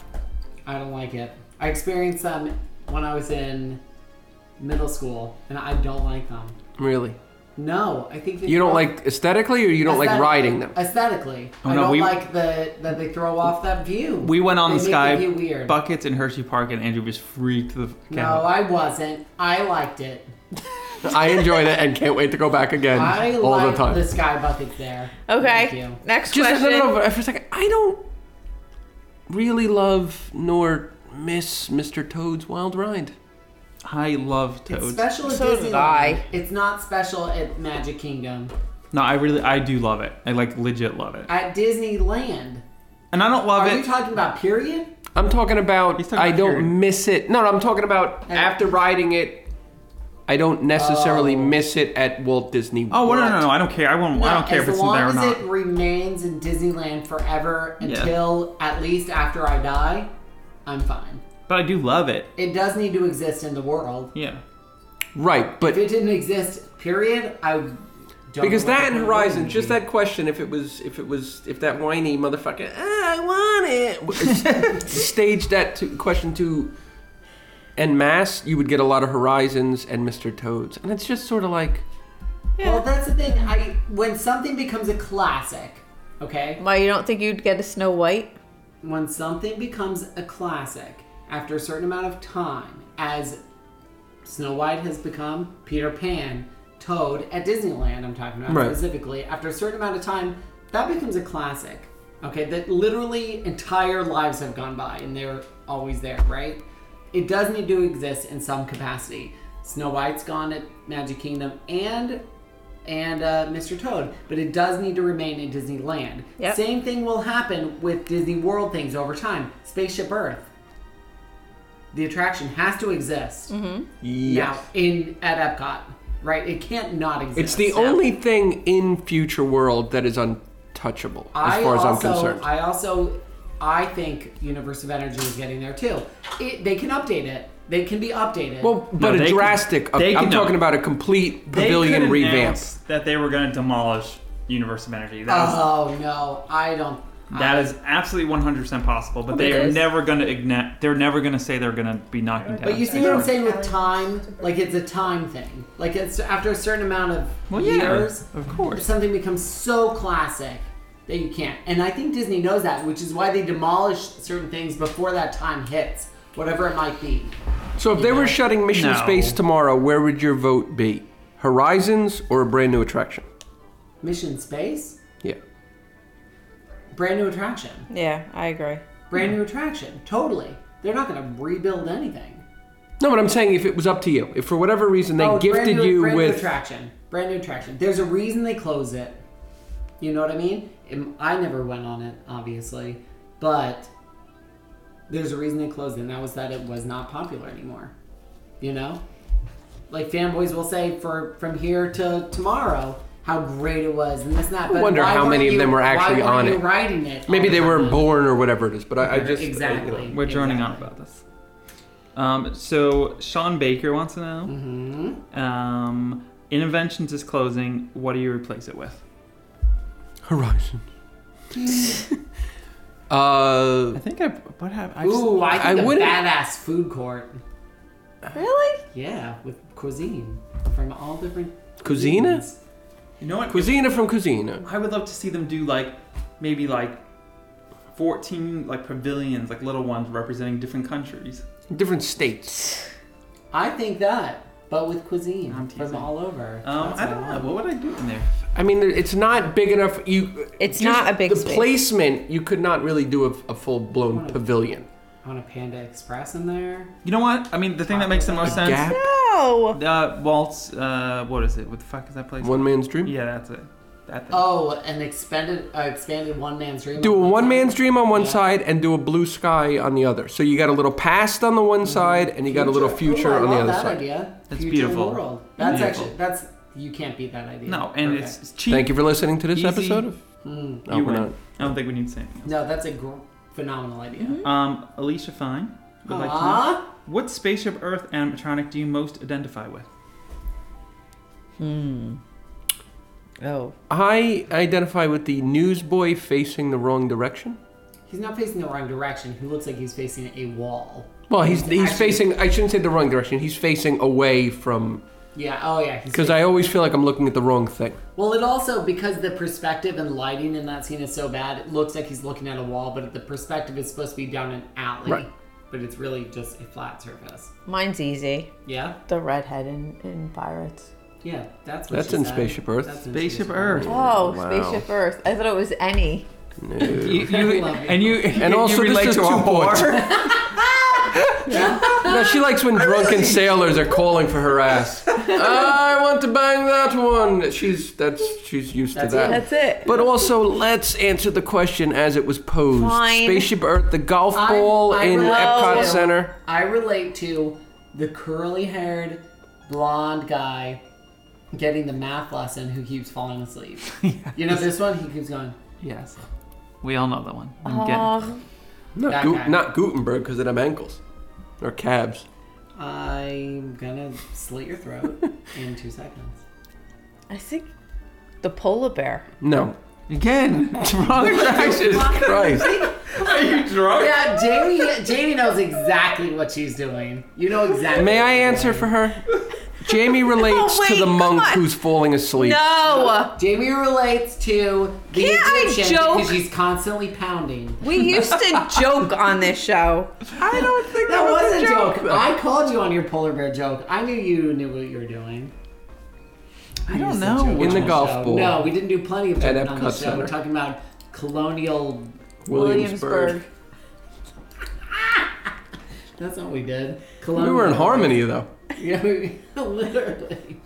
S1: I don't like it. I experienced them when I was in middle school, and I don't like them.
S4: Really.
S1: No, I think they
S4: You don't
S1: throw-
S4: like aesthetically or you don't like
S1: Aesthetically-
S4: riding them?
S1: Aesthetically,
S2: Oh,
S1: I
S2: no,
S1: don't
S2: we-
S1: like the that they throw off that view.
S2: We went on
S1: They
S2: the
S1: make
S2: sky
S1: view weird.
S2: buckets in Hershey Park, and Andrew was freaked the
S1: no,
S2: out.
S1: I wasn't. I liked it.
S4: I enjoyed it and can't wait to go back again
S1: I
S4: all the
S1: liked
S4: time.
S1: the sky bucket there. Thank
S3: Okay.
S1: you.
S3: Next
S4: Just no,
S3: question.
S4: no, no, but for a second, I don't really love nor miss Mr. Toad's Wild Ride.
S2: I love
S1: It's
S2: toads.
S1: special at
S3: So did
S1: Disneyland.
S3: I.
S1: It's not special at Magic Kingdom.
S2: No, I really, I do love it. I like legit love it,
S1: At Disneyland.
S2: and I don't love
S1: Are
S2: it.
S1: you talking about period?
S4: I'm talking about
S2: He's talking
S4: I
S2: about
S4: don't
S2: period.
S4: miss it. No, no, I'm talking about
S1: Yeah.
S4: after riding it, I don't necessarily
S1: Oh.
S4: miss it at Walt Disney
S2: oh well, no,
S4: World.
S2: no, no! I don't care. I won't. I don't care
S1: as
S2: if it's
S1: long
S2: there or
S1: as
S2: not.
S1: it remains in Disneyland forever
S2: Yeah.
S1: until at least after I die, I'm fine.
S2: But I do love it.
S1: It does need to exist in the world.
S2: Yeah.
S4: Right, but
S1: If it didn't exist, period, I would- don't
S4: because
S1: know what the
S4: that and
S1: point
S4: Horizon,
S1: would
S4: just
S1: be.
S4: that question, if it was, if it was, if that whiny motherfucker, "Ah, I want it, w- staged that to, question to en masse, you would get a lot of Horizons and Mr. Toads, and it's just sort of like
S1: Well, that's the thing. I when something becomes a classic, okay?
S3: Why you don't think you'd get a Snow White?
S1: When something becomes a classic after a certain amount of time, as Snow White has become Peter Pan, Toad at Disneyland, I'm talking about
S4: Right.
S1: specifically, after a certain amount of time, that becomes a classic. Okay, that literally entire lives have gone by and they're always there, right? It does need to exist in some capacity. Snow White's gone at Magic Kingdom and and uh, Mr. Toad, but it does need to remain in Disneyland.
S3: Yep.
S1: Same thing will happen with Disney World things over time. Spaceship Earth. The attraction has to exist now in at Epcot, right? It can't not exist.
S4: It's the only thing in Future World that is untouchable, as
S1: I
S4: far as I'm
S1: also-
S4: concerned.
S1: I also, I think Universe of Energy is getting there too. It, they can update it. They can be updated.
S4: well, but
S2: they
S4: a
S2: can-
S4: drastic.
S2: they
S4: I'm
S2: can-
S4: talking about a complete
S2: They
S4: pavilion
S2: could
S4: revamp.
S2: announce That they were going to demolish Universe of Energy. That is,
S1: oh no, I don't.
S2: that is absolutely 100% possible. But they
S3: it
S2: are
S3: is.
S2: never going to igna- They're never going to say they're going to be knocking down.
S1: But you see what I'm saying with time? Like it's a time thing. Like it's after a certain amount of
S2: Well, yeah,
S1: years,
S2: of course.
S1: something becomes so classic that you can't. And I think Disney knows that, which is why they demolish certain things before that time hits, whatever it might be.
S4: So if they were shutting Mission
S2: No.
S4: Space tomorrow, where would your vote be? Horizons or a brand new attraction?
S1: Mission Space,
S4: Yeah.
S1: brand new attraction.
S3: Yeah, I agree.
S1: brand new attraction. Totally. They're not going to rebuild anything.
S4: No, but I'm saying if it was up to you, if for whatever reason they
S1: Oh,
S4: gifted
S1: brand new,
S4: you
S1: brand new
S4: with,
S1: attraction. Brand new attraction. There's a reason they close it. You know what I mean? Im- I never went on it, obviously, but there's a reason they closed it, and that was that it was not popular anymore. You know, like fanboys will say for from here to tomorrow how great it was and this and that. But
S4: wonder
S1: why
S4: how
S1: weren't
S4: many of
S1: you-
S4: them were actually
S1: why weren't
S4: on
S1: you
S4: it.
S1: Writing it. all
S4: maybe
S1: the
S4: they
S1: time
S4: were
S1: on-
S4: born or whatever it is. But I, I just
S1: Exactly.
S2: We're droning
S1: exactly.
S2: on about this. Um, so Sean Baker wants to know
S1: Mm-hmm.
S2: um, Inventions is closing. What do you replace it with?
S4: Horizon. uh,
S2: I think I. What happened? I just,
S1: Ooh, I
S4: I
S1: think a
S4: wouldn't-
S1: badass food court.
S3: Really?
S1: Yeah, with cuisine. from all different.
S4: Cuisina?
S2: You know what?
S4: Cuisina from Cuisina.
S2: I would love to see them do like maybe like 14 like pavilions, like little ones representing different countries.
S4: Different states.
S1: I think that, but with cuisine from
S2: teasing.
S1: all over.
S2: Um,
S1: That's
S2: I don't know.
S1: want.
S2: What would I do in there?
S4: I mean, there- it's not big enough. You.
S3: It's
S4: just
S3: not a big
S4: The
S3: space.
S4: placement, you could not really do a, a full blown pavilion.
S1: I want a Panda Express in there.
S2: You know what? I mean, the thing that makes the most sense.
S4: Gap.
S3: No.
S2: Uh, Waltz. Uh, what is it? What the fuck is that place?
S4: One man's dream.
S2: Yeah, that's it. That thing.
S1: Oh, an expanded, uh, expanded one man's dream.
S4: Do a
S1: on
S4: one
S1: side.
S4: man's dream on one side and do a blue sky on the other. So you got a little past on the one
S2: Mm-hmm.
S4: side and you got a little future
S1: Ooh, I
S4: on the
S1: love
S4: other
S1: that
S4: side.
S1: Idea.
S2: That's
S1: Future
S2: beautiful.
S1: World. That's
S2: Beautiful.
S1: actually that's you can't beat that idea.
S2: No, and
S1: Perfect.
S2: it's, it's cheap.
S4: Thank you for listening to this
S2: Easy.
S4: episode. Of-
S1: Mm.
S4: no,
S2: you
S4: we're
S2: win.
S4: not.
S2: I don't think we need to say anything.
S1: no, that's a gr- phenomenal idea.
S2: Um, Alicia Fine would like to know
S1: Aw.
S2: what spaceship Earth animatronic do you most identify with?
S3: Hmm. Oh.
S4: I identify with the newsboy facing the wrong direction.
S1: He's not facing the wrong direction. He looks like he's facing a wall.
S4: Well, he's
S1: Actually-
S4: he's facing. I shouldn't say the wrong direction. He's facing away from
S1: Yeah. Oh yeah. he's
S4: because I always feel like I'm looking at the wrong thing.
S1: Well, it also because the perspective and lighting in that scene is so bad, it looks like he's looking at a wall, but the perspective is supposed to be down an alley,
S4: Right.
S1: but it's really just a flat surface.
S3: Mine's easy.
S1: Yeah,
S3: The redhead in, in Pirates.
S1: yeah, that's what
S4: That's
S1: she
S4: in
S1: said.
S4: Spaceship Earth.
S1: in
S2: Spaceship Earth.
S3: Oh,
S4: Wow.
S3: Spaceship Earth. I thought it was any.
S2: You, you-
S1: love
S2: and you
S4: And also,
S2: you
S4: this
S2: relate
S4: is
S2: to a
S4: two boys.
S2: whore.
S4: No, she likes when drunken sailors are calling for her ass. I want to bang that one. She's that's she's used
S1: That's
S4: to that.
S3: That's it.
S4: But also, let's answer the question as it was posed.
S3: Fine.
S4: Spaceship Earth, the golf
S1: I-
S4: ball
S1: I
S4: in
S1: relate
S4: Epcot
S1: to-
S4: Center.
S1: I relate to the curly-haired blonde guy getting the math lesson who keeps falling asleep. You know this one? He keeps going.
S2: yes, we all know that one. I'm getting-
S3: Oh,
S4: Not,
S1: That
S4: Gu-
S1: guy.
S4: not Gutenberg, because it have ankles or calves.
S1: I'm gonna slit your throat in two seconds.
S3: I think the polar bear.
S4: No.
S2: Again, wrong direction.
S4: Jesus Christ.
S2: Are you drunk?
S1: Yeah, Jamie. Jamie knows exactly what she's doing. You know exactly.
S4: May
S1: what
S4: I
S1: you're
S4: answer
S1: doing.
S4: for her? Jamie relates
S3: Oh,
S4: to
S3: wait,
S4: the
S3: come
S4: monk
S3: on.
S4: who's falling asleep.
S3: No!
S1: Jamie relates to the
S3: Can't I
S1: Egyptian
S3: joke?
S1: because she's constantly pounding.
S3: We used to joke on this show.
S2: I don't think
S1: That was a joke. I called you on your polar bear joke. I knew you knew what you were doing.
S2: I
S1: You
S2: don't
S1: said you
S2: know.
S1: were
S4: In the
S1: on
S4: golf
S1: show.
S4: ball.
S1: No, we didn't do plenty of
S4: At
S1: joking on the
S4: Epcot
S1: show. We're
S4: Center.
S1: talking about colonial.
S4: Williamsburg.
S1: That's not what we did.
S4: We
S1: Colonial.
S4: were in harmony, though.
S1: Yeah, we, literally.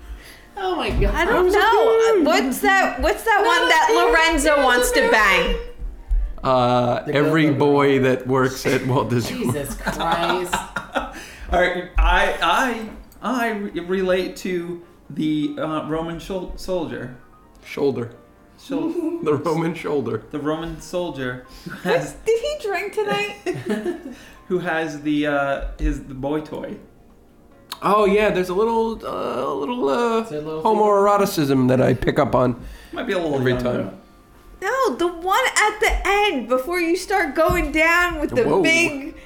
S1: Oh my god.
S3: I don't know. What's that? What's that one that Lorenzo wants to bang?
S4: Uh, every
S1: Gilbert
S4: boy that works at Walt Disney World.
S1: Jesus Christ.
S2: All right, I I I re- relate to the uh, Roman shol- soldier.
S4: Shoulder.
S2: Shol-
S4: The Roman shoulder.
S2: the Roman soldier who has
S3: Did he drink tonight?
S2: who has the uh, his the boy toy.
S4: Oh yeah, there's a little, uh, little, uh,
S1: there a little
S4: homoeroticism that I pick up on.
S2: Might be a little
S4: Every
S2: young,
S4: time.
S2: though.
S3: No, the one at the end before you start going down with the
S4: Whoa.
S3: big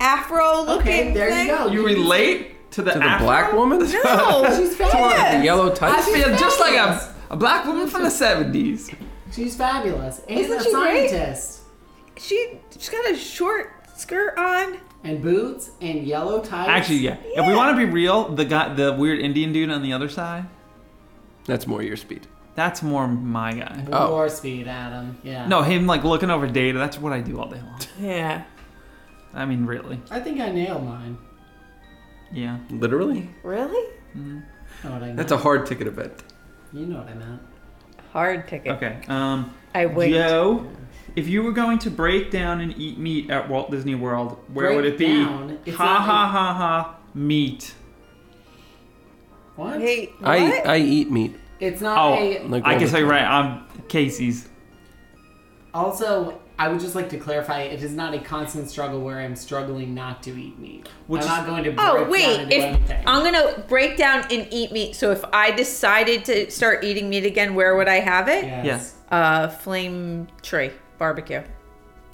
S3: afro looking
S1: Okay, there
S3: thing.
S1: you go.
S2: You relate to the
S4: To the
S2: Afro?
S4: black woman?
S3: No,
S1: She's fat.
S4: The
S3: yes.
S4: yellow
S2: I
S4: tights?
S2: feel just like a a black woman from the seventies.
S1: She's fabulous. And
S3: Isn't
S1: a
S3: she great?
S1: scientist.
S3: she she's got a short skirt on.
S1: And boots and yellow tights.
S2: Actually, yeah. If we
S3: Yeah.
S2: want to be real, the guy, the weird Indian dude on the other side,
S4: That's more your speed.
S2: that's more my guy.
S4: Oh.
S1: More speed, Adam. Yeah.
S2: No, him like looking over data. That's what I do all day long.
S3: Yeah.
S2: I mean, really.
S1: I think I nailed mine.
S2: Yeah.
S4: Literally?
S3: Really?
S1: Know what I meant.
S4: That's a hard ticket event.
S1: you know what I meant.
S3: Hard ticket.
S2: Okay. Um.
S3: I wait.
S2: Joe, if you were going to break down and eat meat at Walt Disney World, where
S1: Break
S2: would it be?
S1: down? It's
S2: ha
S1: not
S2: ha ha ha. Meat.
S1: What?
S3: Wait, what?
S4: I, I eat meat.
S1: It's not
S2: Oh,
S1: a.
S4: Like
S2: I
S4: all
S2: guess
S4: the
S2: I'm
S4: time.
S2: right. I'm Casey's.
S1: Also, I would just like to clarify it is not a constant struggle where I'm struggling not to eat meat.
S2: Which
S1: I'm
S2: is-
S1: not going to break
S3: Oh
S1: down
S3: wait!
S1: and do
S3: If
S1: anything.
S3: I'm gonna break down and eat meat, so if I decided to start eating meat again, where would I have it?
S1: Yes.
S2: Yes.
S3: Uh, flame tree barbecue.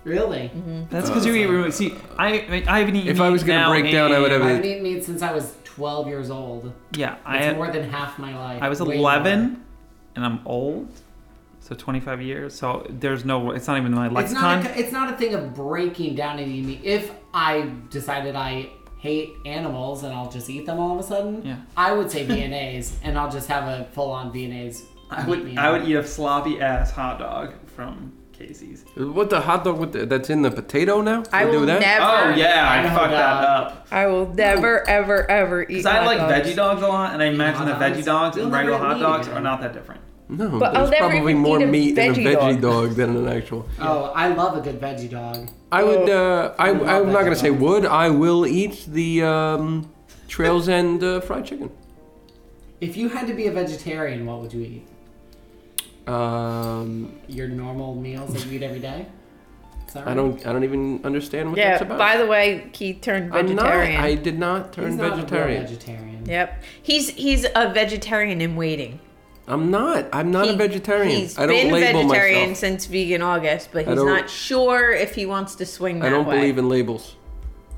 S1: Really?
S2: That's because you eat. See, I I haven't eaten.
S4: If I was
S2: going to
S4: break down, I would have
S1: I
S4: a
S1: haven't eaten meat since I was 12 years old.
S2: Yeah,
S1: That's
S2: I
S1: more than half my life.
S2: I was
S1: Way
S2: 11, and I'm old, so 25 years. So there's no. It's not even my
S1: more. It's not,
S2: lexicon.
S1: a, it's not a thing of breaking down and eating meat. If I decided I hate animals and I'll just eat them all of a sudden,
S2: Yeah.
S1: I would say VNAs and I'll just have a full on VNAs.
S2: I
S1: meat
S2: would.
S1: meal.
S2: I would eat a sloppy ass hot dog from Casey's.
S4: What the hot dog with the, that's in the potato now?
S3: I
S4: They
S3: will
S4: do that?
S3: never.
S2: Oh yeah, I,
S1: know
S2: fucked that
S1: that.
S2: up.
S3: I will never, ever, ever eat.
S2: Because I
S3: hot
S2: like
S3: dogs.
S2: veggie dogs a lot, and I imagine that
S1: hot
S2: veggie
S1: dogs?
S2: dogs
S1: You'll
S2: and
S1: never
S2: regular
S1: eat
S2: hot
S1: meat
S2: dogs
S1: again.
S2: are not that different.
S4: No,
S3: But I'll
S4: there's
S3: never
S4: probably
S3: even
S4: more
S3: eat a
S4: meat in a
S3: veggie
S4: veggie dog.
S3: dog.
S4: than an actual.
S1: Oh, I love a good veggie dog.
S4: I would. Uh, I,
S1: I love
S4: I'm not
S1: veggie
S4: gonna say
S1: dogs.
S4: would. I will eat the um, Trails End uh, fried chicken.
S1: If you had to be a vegetarian, what would you eat?
S4: Um,
S1: Your normal meals that you eat every day? Is that
S4: I
S1: right?
S4: don't. I don't even understand what
S3: Yeah.
S4: that's about.
S3: By the way, Keith turned
S4: I'm not.
S3: vegetarian.
S4: I did not turn
S1: He's not a real
S4: vegetarian.
S1: vegetarian.
S3: Yep. He's he's a vegetarian in waiting.
S4: I'm not. I'm not a
S3: He-
S4: vegetarian.
S3: He's
S4: I don't
S3: been
S4: label
S3: vegetarian
S4: myself.
S3: since vegan August, but
S4: I
S3: he's
S4: don't-
S3: not sure if he wants to swing that
S4: I don't
S3: way.
S4: believe in labels.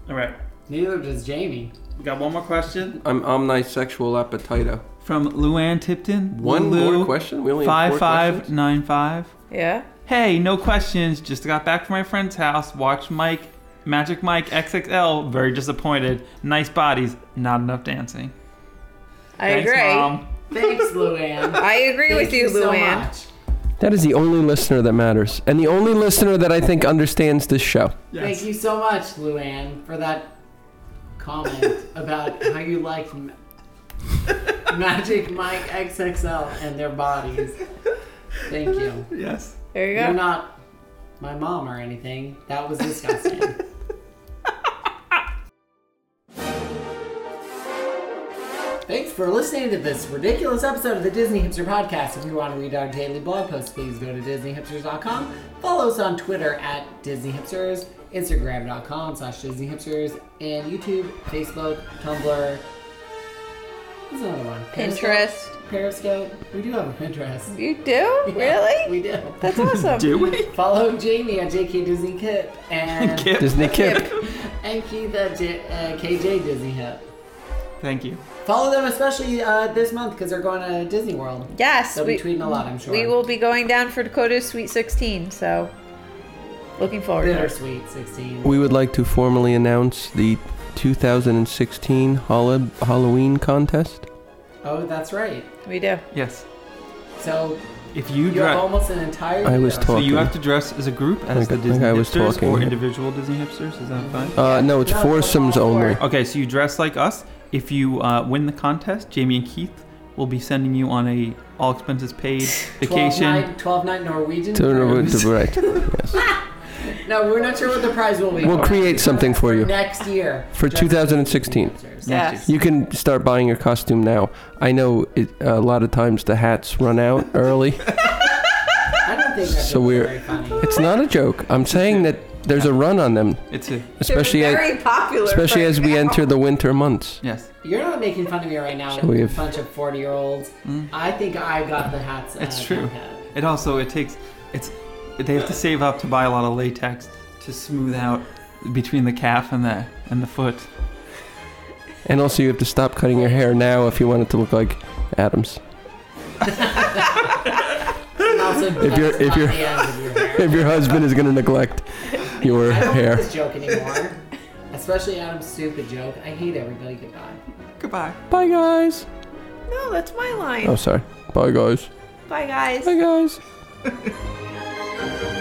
S2: All right,
S1: Neither does Jamie.
S2: we got one more question
S4: I'm omnisexual appetito.
S2: from Luann Tipton.
S4: One
S2: Lulu,
S4: more question. We only have
S2: Five
S4: four
S2: five
S4: questions?
S2: nine five.
S3: yeah.
S2: Hey, no questions. Just got back from my friend's house. Watched Mike, Magic Mike XXL. Very disappointed. Nice bodies. Not enough dancing.
S3: I
S2: Thanks,
S3: agree.
S2: Mom.
S1: Thanks, Luann.
S3: I agree
S1: Thank
S3: with you,
S1: so
S3: Luann.
S1: much.
S4: That is the only listener that matters, and the only listener that I think understands this show.
S2: Yes.
S1: Thank you so much, Luann, for that comment about how you liked Ma- Magic Mike XXL and their bodies. Thank you.
S2: Yes.
S3: there you
S1: You're
S3: go.
S1: not my mom or anything. That was disgusting. Thanks for listening to this ridiculous episode of the Disney Hipster Podcast. If you want to read our daily blog posts, please go to DisneyHipsters.com. Follow us on Twitter at Disney Hipsters, Instagram.com slash Disney Hipsters, and YouTube, Facebook, Tumblr. What's another one?
S3: Pinterest.
S1: Periscope. We do have a Pinterest.
S3: You do? Really?
S1: We do.
S3: That's awesome.
S2: Do we?
S1: Follow Jamie at JK Disney Kip and
S2: Kip.
S4: Disney Kip.
S1: and Keith at J, uh, KJ Disney Hip.
S2: Thank you.
S1: Follow them especially uh, this month because they're going to Disney World.
S3: Yes.
S1: They'll
S3: We,
S1: be tweeting a lot, I'm sure.
S3: we will be going down for Dakota's Sweet 16, so looking
S1: Oh,
S3: forward to it.
S1: Bittersweet 16.
S4: We would like to formally announce the 2016 Hol- Halloween contest.
S1: oh, that's right.
S3: We do.
S2: Yes.
S1: So
S2: If you
S1: you have
S2: dress,
S1: almost an entire.
S4: I was
S1: year.
S2: so
S4: talking.
S2: you have to dress as a group as
S4: Like-
S2: the
S4: like
S2: Disney
S4: I was
S2: hipsters or
S4: talking.
S2: individual Disney hipsters. Is that fine?
S4: Uh, no, it's
S1: No,
S4: foursomes
S1: it's all
S4: only.
S2: Okay, so you dress like us. If you uh, win the contest, Jamie and Keith will be sending you on a all expenses paid
S1: 12
S2: vacation.
S1: night, 12 night Norwegian.
S4: To,
S1: cruise.
S4: to- right. Yes.
S1: No, we're not sure what the prize will be.
S4: We'll create something for you
S1: next year.
S4: for
S1: Just
S4: 2016.
S1: Hipsters.
S3: Yes.
S4: You can start buying your costume now. I know it, a lot of times the hats run out early.
S1: I don't think that's
S4: So we're-
S1: very funny.
S4: It's not a joke. I'm saying that there's a run on them,
S2: It's a
S4: especially
S3: They're
S4: as,
S3: very popular.
S4: especially
S3: right
S4: as we
S3: now.
S4: enter the winter months.
S2: yes.
S1: You're not making fun of me right now,
S4: So we
S1: a
S4: have-
S1: bunch of 40 year olds. I think I got the hats.
S2: It's
S1: uh,
S2: true.
S1: contest.
S2: Mm. It also it takes it's they have to save up to buy a lot of latex to smooth out between the calf and the and the foot.
S4: And also, you have to stop cutting your hair now if you want it to look like Adams.
S1: And also,
S4: If you're- if you're-
S1: the ends of your hair.
S4: If your husband is going to neglect your
S1: I don't like
S4: hair.
S1: this joke anymore. Especially Adam's stupid joke. I hate everybody. Goodbye.
S2: Goodbye.
S4: Bye, guys.
S3: No, Oh, that's my line.
S4: Oh, sorry. Bye, guys.
S3: Bye, guys.
S4: Bye, guys.